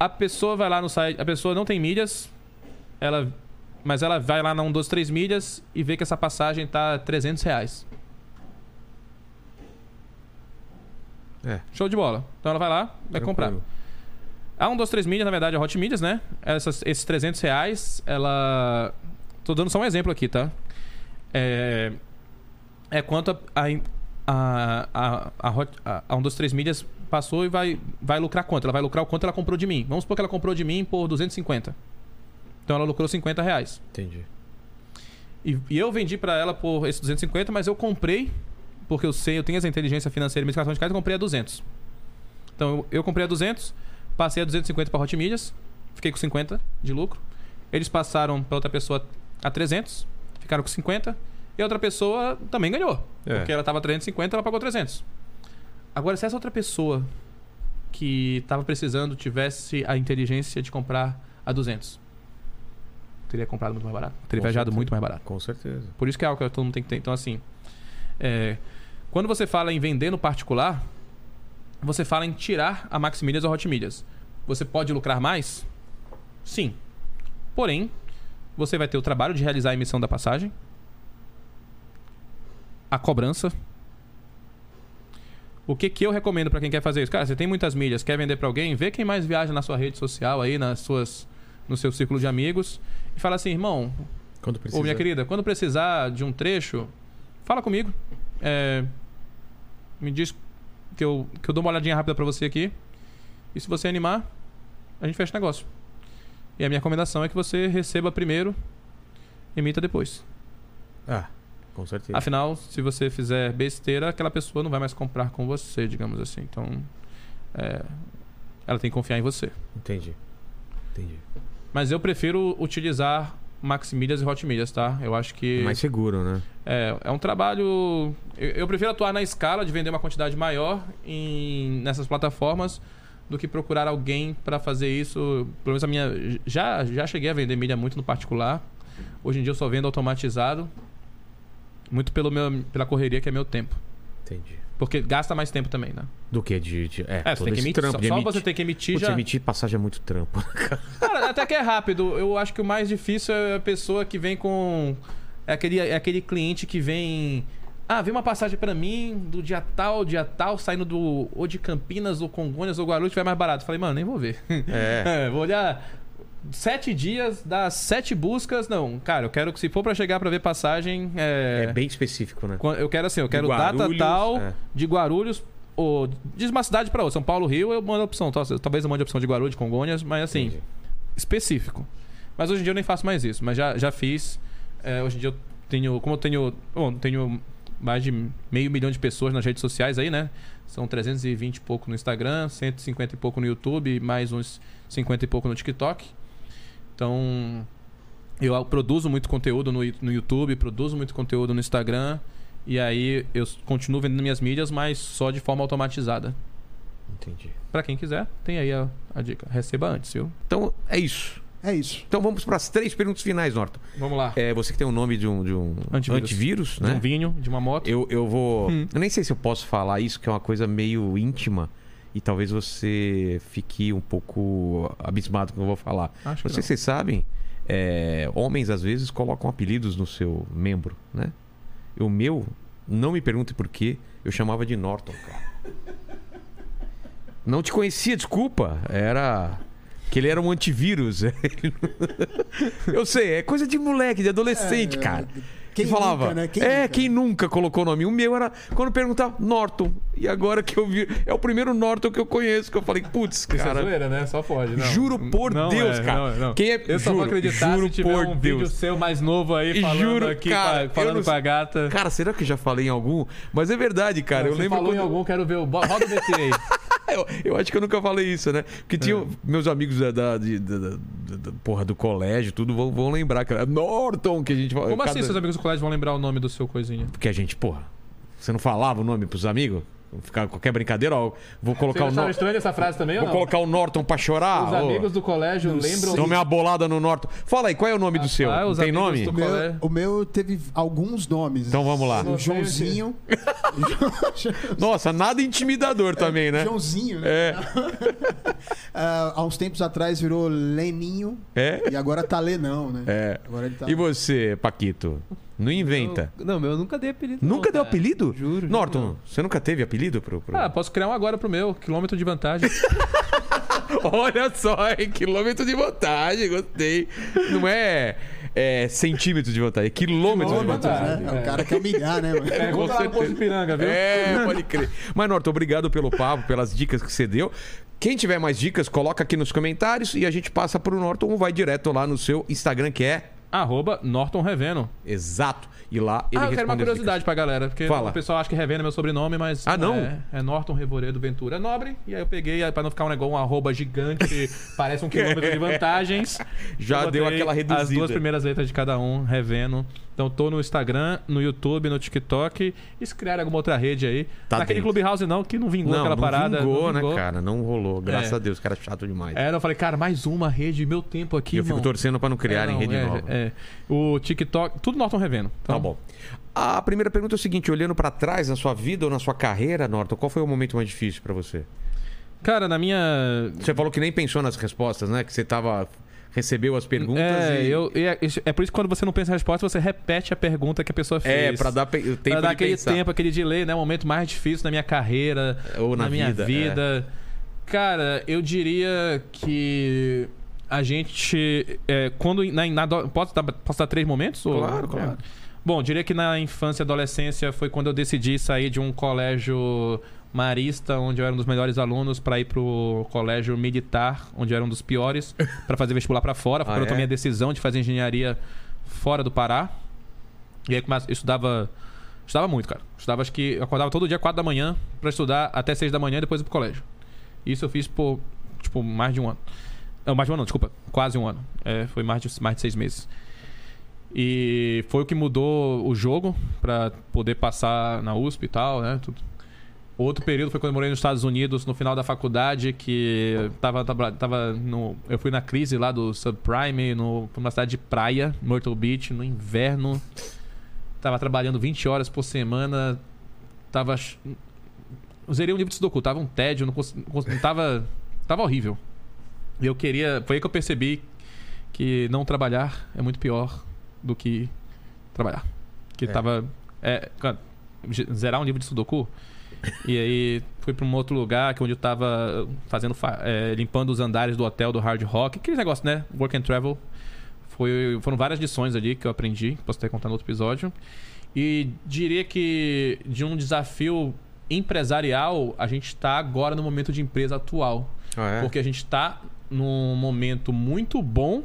S3: A pessoa vai lá no site. A pessoa não tem milhas. Ela. Mas ela vai lá na 1, 2, 3 milhas e vê que essa passagem tá 300 reais.
S1: É.
S3: Show de bola. Então ela vai lá, vai comprar.
S1: Tranquilo.
S3: A 1, 2, 3 milhas, na verdade, é Hot Milhas, né? Essas- esses 300 reais, ela... Tô dando só um exemplo aqui, tá? É... É quanto a... a, a, a, a, Hot- a- um, a 1, 2, 3 milhas passou e vai, vai lucrar quanto? Ela vai lucrar o quanto ela comprou de mim. Vamos supor que ela comprou de mim por 250. Então ela lucrou 50 reais.
S1: Entendi.
S3: E, e eu vendi pra ela por esses 250, mas eu comprei, porque eu sei, eu tenho essa inteligência financeira, minhas cartões de crédito, eu comprei a 200. Então eu, eu comprei a 200, passei a 250 pra Hot Milhas, fiquei com 50 de lucro. Eles passaram pra outra pessoa a 300, ficaram com 50, e a outra pessoa também ganhou.
S1: É.
S3: Porque ela tava 350, ela pagou 300. Agora, se essa outra pessoa que tava precisando tivesse a inteligência de comprar a 200, teria comprado muito mais barato, teria
S1: Com
S3: viajado
S1: certeza.
S3: muito mais barato.
S1: Com certeza.
S3: Por isso que é algo que todo mundo tem que ter. Então, assim, é, quando você fala em vender no particular, você fala em tirar a Maximilhas ou a Hot Milhas. Você pode lucrar mais? Sim. Porém, você vai ter o trabalho de realizar a emissão da passagem, a cobrança. O que, que eu recomendo para quem quer fazer isso? Cara, você tem muitas milhas, quer vender para alguém, vê quem mais viaja na sua rede social aí, nas suas, no seu círculo de amigos e fala assim, irmão,
S1: Quando precisa.
S3: Ô, minha querida, quando precisar de um trecho, fala comigo. É, me diz que eu, que eu dou uma olhadinha rápida pra você aqui. E se você animar, a gente fecha o negócio. E a minha recomendação é que você receba primeiro, emita depois.
S1: Ah, com certeza.
S3: Afinal, se você fizer besteira, aquela pessoa não vai mais comprar com você, digamos assim. Então, é, ela tem que confiar em você.
S1: Entendi. Entendi.
S3: Mas eu prefiro utilizar Maximilhas e Hot Milhas, tá? Eu acho que.
S1: Mais seguro, né?
S3: É, é um trabalho. Eu, eu prefiro atuar na escala de vender uma quantidade maior em, nessas plataformas do que procurar alguém para fazer isso. Pelo menos a minha. Já, já cheguei a vender milha muito no particular. Hoje em dia eu só vendo automatizado. Muito pelo meu, pela correria que é meu tempo.
S1: Entendi.
S3: Porque gasta mais tempo também, né?
S1: Do que de. de- é, todo
S3: É, você tem que
S1: esse
S3: emitir.
S1: trampo
S3: só
S1: de
S3: só
S1: emitir.
S3: você tem que emitir
S1: Putz,
S3: já.
S1: emitir passagem é muito trampo.
S3: Cara, até que é rápido. Eu acho que o mais difícil é a pessoa que vem com. É aquele, é aquele cliente que vem. Ah, vem uma passagem pra mim do dia tal, dia tal, saindo do. Ou de Campinas, ou Congonhas, ou Guarulhos, vai mais barato. Falei, mano, nem vou ver.
S1: É.
S3: vou olhar. Sete dias, das sete buscas. Não, cara, eu quero que se for pra chegar pra ver passagem.
S1: É,
S3: É,
S1: bem específico, né?
S3: Quan- Eu quero assim, eu quero data
S1: Guarulhos,
S3: tal
S1: é.
S3: de Guarulhos ou de uma cidade pra outra, São Paulo, Rio, eu mando a opção, tal- talvez eu mande a opção de Guarulhos, de Congonhas, mas assim,
S1: Entendi.
S3: específico. Mas hoje em dia eu nem faço mais isso, mas já, já fiz. É, hoje em dia eu tenho. Como eu tenho. Bom, tenho mais de meio milhão de pessoas nas redes sociais aí, né? São 320 e pouco no Instagram, 150 e pouco no YouTube, mais uns 50 e pouco no TikTok. Então, eu produzo muito conteúdo no, no YouTube, produzo muito conteúdo no Instagram. E aí eu continuo vendendo minhas mídias, mas só de forma automatizada.
S1: Entendi.
S3: Pra quem quiser, tem aí a, a dica. Receba antes, viu?
S1: Então é isso.
S2: É isso.
S1: Então vamos para as três perguntas finais, Norton.
S3: Vamos lá.
S1: É, você que tem o nome de um, de um
S3: Antivírus.
S1: antivírus, né?
S3: De um vinho, de uma moto.
S1: Eu, eu vou.
S3: Hum.
S1: Eu nem sei se eu posso falar isso, que é uma coisa meio íntima. E talvez você fique um pouco abismado com o que eu vou falar.
S3: Acho
S1: Não sei
S3: que não.
S1: se vocês sabem, é, homens às vezes colocam apelidos no seu membro, né? O meu, não me pergunte por quê, eu chamava de Norton, cara. Não te conhecia, desculpa. Era. Que ele era um antivírus. Ele não- Eu sei, é coisa de moleque, de adolescente,
S2: É,
S1: cara.
S2: quem
S1: que falava.
S2: nunca, né? Quem
S1: é,
S2: nunca?"
S1: quem nunca colocou o nome? O meu era. Quando perguntava, Norton. E agora que eu vi. É o primeiro Norton que eu conheço, que eu falei, putz,
S3: Isso é
S1: cara.
S3: zoeira, né? Só pode. não.
S1: Juro por
S3: Não
S1: Deus,
S3: é,
S1: cara.
S3: não é, não.
S1: Quem é
S3: Eu só vou
S1: juro,
S3: acreditar
S1: juro
S3: se tiver
S1: por
S3: um vídeo
S1: Deus.
S3: seu mais novo aí falando
S1: Juro,
S3: aqui,
S1: cara,
S3: pa- falando
S1: eu não-
S3: com a gata.
S1: Cara, será que eu já falei em algum? Mas é verdade, cara. eu
S3: Você
S1: lembro
S3: falou em
S1: quando- Ah,
S3: algum, quero ver o... bo- Roda o BT aí.
S1: eu, eu acho que eu nunca falei isso, né? Porque tinha
S3: É.
S1: meus amigos da, da- de- da- da- da- da- porra, do colégio, tudo vão, vão lembrar, cara. Norton, que a gente fala.
S3: Como assim
S1: cada-
S3: seus amigos do colégio vão lembrar o nome do seu coisinha?
S1: Porque a gente, porra, você não falava o nome pros amigos? Ficava qualquer brincadeira, ó. Vou
S3: Vocês
S1: colocar o
S3: acharam
S1: Norton.
S3: estranha essa frase também ou
S1: Vou
S3: não?
S1: colocar Ah, o Norton pra chorar.
S3: Os
S1: ó.
S3: amigos do colégio lembram...
S1: Dou uma bolada no Norton. Fala aí, qual é o nome do seu?
S3: Ah, os
S1: Tem
S3: amigos
S1: nome?
S3: do-
S2: O
S3: Qual é?
S2: meu, o meu teve alguns nomes.
S1: Então vamos lá.
S2: O Joãozinho.
S1: Nossa, nada intimidador também, né?
S2: Joãozinho, né?
S1: É,
S2: Ah, há uns tempos atrás virou Leninho.
S1: é,
S2: E agora tá Lenão, né?
S1: é.
S2: Agora ele tá.
S1: E você, Paquito? Não inventa.
S5: Eu- não, meu, eu nunca dei apelido.
S1: Nunca
S5: não,
S1: deu
S5: cara.
S1: apelido?
S5: Juro.
S1: Norton, você nunca teve apelido pro. pro-
S3: É. Ah, posso criar um agora pro meu. Quilômetro de vantagem.
S1: Olha só, hein? quilômetro de vantagem, gostei. Não é, é centímetro de vantagem, é quilômetro, de
S2: Quilômetro,
S1: vantagem.
S2: né?
S3: é.
S2: O cara quer humilhar, né? mano?
S3: Pergunta lá no Posto Piranga, viu?
S1: É, pode crer. Mas, Norton, obrigado pelo papo, pelas dicas que você deu. Quem tiver mais dicas, coloca aqui nos comentários e a gente passa pro Norton ou vai direto lá no seu Instagram, que é
S3: Arroba Norton Reveno.
S1: exato. E lá ele
S3: ah, eu quero uma
S1: responde as
S3: curiosidade pra galera, porque
S1: Fala.
S3: o pessoal acha que Revena é meu sobrenome, mas.
S1: Ah, não?
S3: É, é Norton Revoredo Ventura Nobre. E aí eu peguei, aí pra não ficar um negócio, um arroba gigante, que parece um quilômetro de vantagens.
S1: Já
S3: eu
S1: deu
S3: botei
S1: aquela
S3: As
S1: reduzida.
S3: duas primeiras letras de cada um, Reveno. Então tô no Instagram, no YouTube, no TikTok. E se criar alguma outra rede aí.
S1: Tá
S3: Naquele
S1: dentro.
S3: Clubhouse não, que não vingou
S1: Não,
S3: aquela
S1: não
S3: parada.
S1: vingou,
S3: não vingou.
S1: né, cara? Não rolou. Graças
S3: É.
S1: a Deus, cara chato demais.
S3: Era, eu falei, cara, mais uma rede, meu tempo aqui.
S1: E eu fico
S3: irmão.
S1: torcendo pra não criarem
S3: É, não,
S1: rede
S3: é, então.
S1: nova.
S3: é. O TikTok, tudo Norton Reveno.
S1: Tá bom. A primeira pergunta é o seguinte: olhando pra trás na sua vida ou na sua carreira, Norton, qual foi o momento mais difícil pra você?
S3: Cara, na minha
S1: Você falou que nem pensou nas respostas, né? Que você tava recebeu as perguntas
S3: É,
S1: e
S3: eu, e é, isso- é por isso que quando você não pensa na resposta, você repete a pergunta que a pessoa
S1: é
S3: fez.
S1: para dar pe- o tempo
S3: Pra dar
S1: de
S3: aquele
S1: pensar.
S3: tempo, aquele delay, né? O momento mais difícil na minha carreira,
S1: Ou na
S3: minha
S1: vida, é.
S3: vida. Cara, eu diria que a gente. é, quando. Na, na ado- posso, dar, posso dar três momentos? ou- é?
S1: Claro, claro.
S3: Bom, diria que na infância e adolescência foi quando eu decidi sair de um colégio marista, onde eu era um dos melhores alunos, pra ir pro colégio militar, onde eu era um dos piores, pra fazer vestibular pra fora. Foi
S1: Ah,
S3: quando eu
S1: é?
S3: tomei a decisão de fazer engenharia fora do Pará. E aí começa- eu estudava. Estudava muito, cara. Estudava, acho que. Eu acordava todo dia 4 da manhã pra estudar até 6 da manhã e depois ir pro colégio. Isso eu fiz por, tipo, mais de um ano. Não, mais de um ano, não, desculpa. Quase um ano. É, foi mais de, mais de seis meses. E foi o que mudou o jogo pra poder passar na USP e tal, né? Tudo. Outro período foi quando eu morei nos Estados Unidos, no final da faculdade, que tava, tava, tava no. Eu fui na crise lá do subprime, no, numa cidade de praia, Myrtle Beach, no inverno. Tava trabalhando 20 horas por semana. Tava. ch- Eu zerei um livro de Sudoku, tava um tédio, não, cons... não cons- não tava. Tava horrível. E eu queria. Foi aí que eu percebi que não trabalhar é muito pior do que trabalhar. Que
S1: É.
S3: tava. É, cara, ge- zerar um livro de Sudoku. E aí fui pra um outro lugar que onde eu tava fazendo fa- é, limpando os andares do hotel do Hard Rock, aquele negócio, né? Work and travel. Foi, foram várias lições ali que eu aprendi, posso até contar no outro episódio. E diria que de um desafio empresarial, a gente está agora no momento de empresa atual.
S1: Ah, é?
S3: tá Porque a gente está num momento muito bom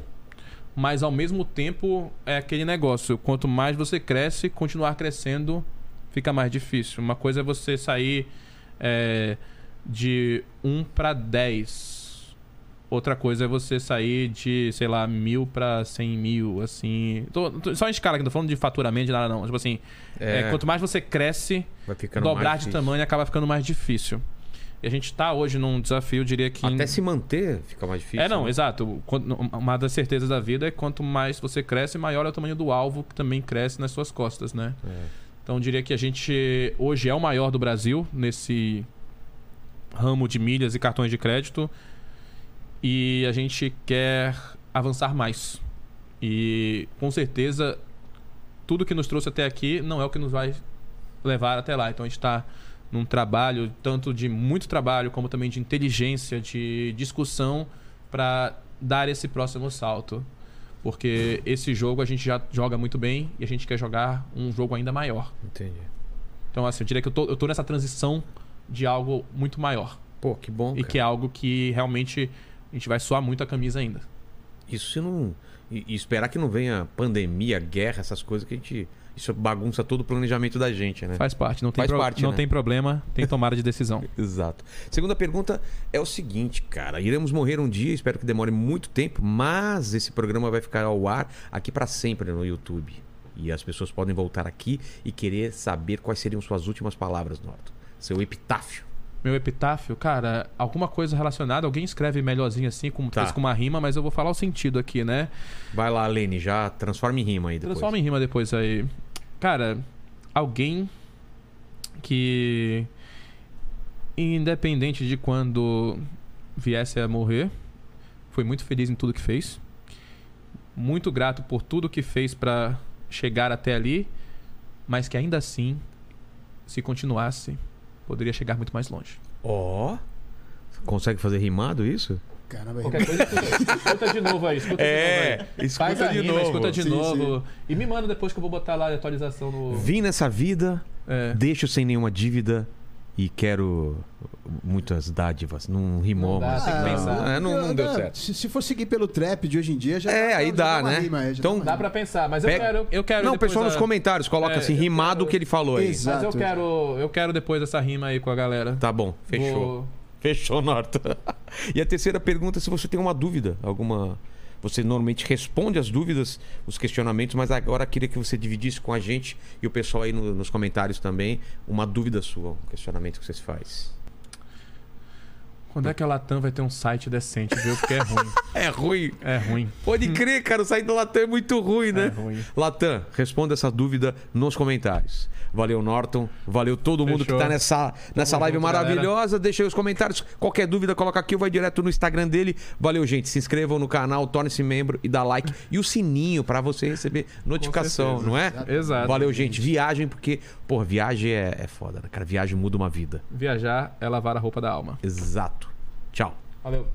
S3: mas ao mesmo tempo é aquele negócio. Quanto mais você cresce, continuar crescendo fica mais difícil. Uma coisa é você sair é, de 1 para 10. Outra coisa é você sair de, sei lá, mil para 100 mil, assim. Tô- tô- só em escala, que não tô falando de faturamento, de nada, não. Tipo assim, é,
S1: É.
S3: quanto mais você cresce,
S1: Vai ficando
S3: dobrar
S1: mais
S3: de
S1: difícil.
S3: tamanho acaba ficando mais difícil. E a gente tá hoje num desafio, eu diria que.
S1: Até se manter fica mais difícil.
S3: É, não,
S1: né?
S3: exato. Quanto- Uma das certezas da vida é que quanto mais você cresce, maior é o tamanho do alvo que também cresce nas suas costas, né? Então eu diria que a gente hoje é o maior do Brasil nesse ramo de milhas e cartões de crédito e a gente quer avançar mais. E com certeza tudo que nos trouxe até aqui não é o que nos vai levar até lá. Então a gente está num trabalho, tanto de muito trabalho, como também de inteligência, de discussão, para dar esse próximo salto. Porque esse jogo a gente já joga muito bem e a gente quer jogar um jogo ainda maior.
S1: Entendi.
S3: Então, assim, eu diria que eu tô, eu tô nessa transição de algo muito maior.
S1: Pô, que bom.
S3: E
S1: cara.
S3: que é algo que realmente a gente vai suar muito a camisa ainda.
S1: Isso se não. E, e esperar que não venha pandemia, guerra, essas coisas que a gente. Isso bagunça todo o planejamento da gente, né?
S3: Faz parte, não tem,
S1: Faz
S3: pro-
S1: parte,
S3: não
S1: né?
S3: tem problema, tem tomada de decisão.
S1: Exato. Segunda pergunta é o seguinte, cara. Iremos morrer um dia, espero que demore muito tempo, mas esse programa vai ficar ao ar aqui pra sempre no YouTube. E as pessoas podem voltar aqui e querer saber quais seriam suas últimas palavras, Norton. Seu epitáfio.
S3: Meu epitáfio, cara, alguma coisa relacionada, alguém escreve melhorzinho assim, com,
S1: Tá.
S3: fez com uma rima, mas eu vou falar o sentido aqui, né?
S1: Vai lá, Lene, já transforma em rima aí depois.
S3: Transforma em rima depois aí. Cara, alguém que independente de quando viesse a morrer, foi muito feliz em tudo que fez. Muito grato por tudo que fez pra chegar até ali, mas que ainda assim, se continuasse, poderia chegar muito mais longe.
S1: Ó. Consegue fazer rimado isso?
S2: Caramba,
S3: Qualquer coisa, escuta, escuta de novo aí, escuta de novo aí.
S1: É, escuta
S3: Faz a
S1: de
S3: rima,
S1: novo.
S3: escuta de
S2: Sim,
S3: novo. E me manda depois que eu vou botar lá a atualização no.
S1: Vim nessa vida,
S3: É.
S1: deixo sem nenhuma dívida e quero muitas dádivas. Não rimou,
S3: Não dá,
S1: mas
S3: tem que pensar.
S1: É, não, não deu
S2: Ah,
S1: certo.
S2: Se, se for seguir pelo trap de hoje em dia, já
S1: É, aí
S2: já
S1: dá,
S2: uma
S1: né?
S2: rima, já
S1: Então
S2: uma
S3: Dá
S2: rima.
S3: pra pensar, mas eu
S1: Pega-
S3: quero. Eu quero
S1: Não, o
S3: depois
S1: pessoal
S3: a-
S1: nos comentários coloca
S3: É,
S1: assim,
S3: eu
S1: rimado
S3: quero-
S1: o que ele falou aí.
S2: Exato.
S3: Mas eu quero, eu quero depois essa rima aí com a galera.
S1: Tá bom, fechou.
S3: Vou-
S1: Fechou, Norton. e a terceira pergunta é se você tem uma dúvida, alguma. Você normalmente responde as dúvidas, os questionamentos, mas agora queria que você dividisse com a gente e o pessoal aí no- nos comentários também uma dúvida sua, um questionamento que vocês faz.
S3: Quando é que a Latam vai ter um site decente, viu? Porque é ruim.
S1: É ruim.
S3: É ruim.
S1: Pode crer, cara, o site do Latam é muito ruim, né?
S3: É ruim.
S1: Latam, responda essa dúvida nos comentários. Valeu, Norton. Valeu todo mundo
S3: Fechou.
S1: que tá nessa, nessa
S3: Tamo
S1: live
S3: junto,
S1: maravilhosa. Deixa aí os comentários. Qualquer dúvida, coloca aqui ou vai direto no Instagram dele. Valeu, gente. Se inscrevam no canal, torne-se membro e dá like. E o sininho pra você receber notificação, não é?
S3: Exato.
S1: Valeu, gente. Viagem, porque, pô, viagem é, é foda, né, cara? Viagem muda uma vida.
S3: Viajar é lavar a roupa da alma.
S1: Exato. Tchau.
S3: Valeu.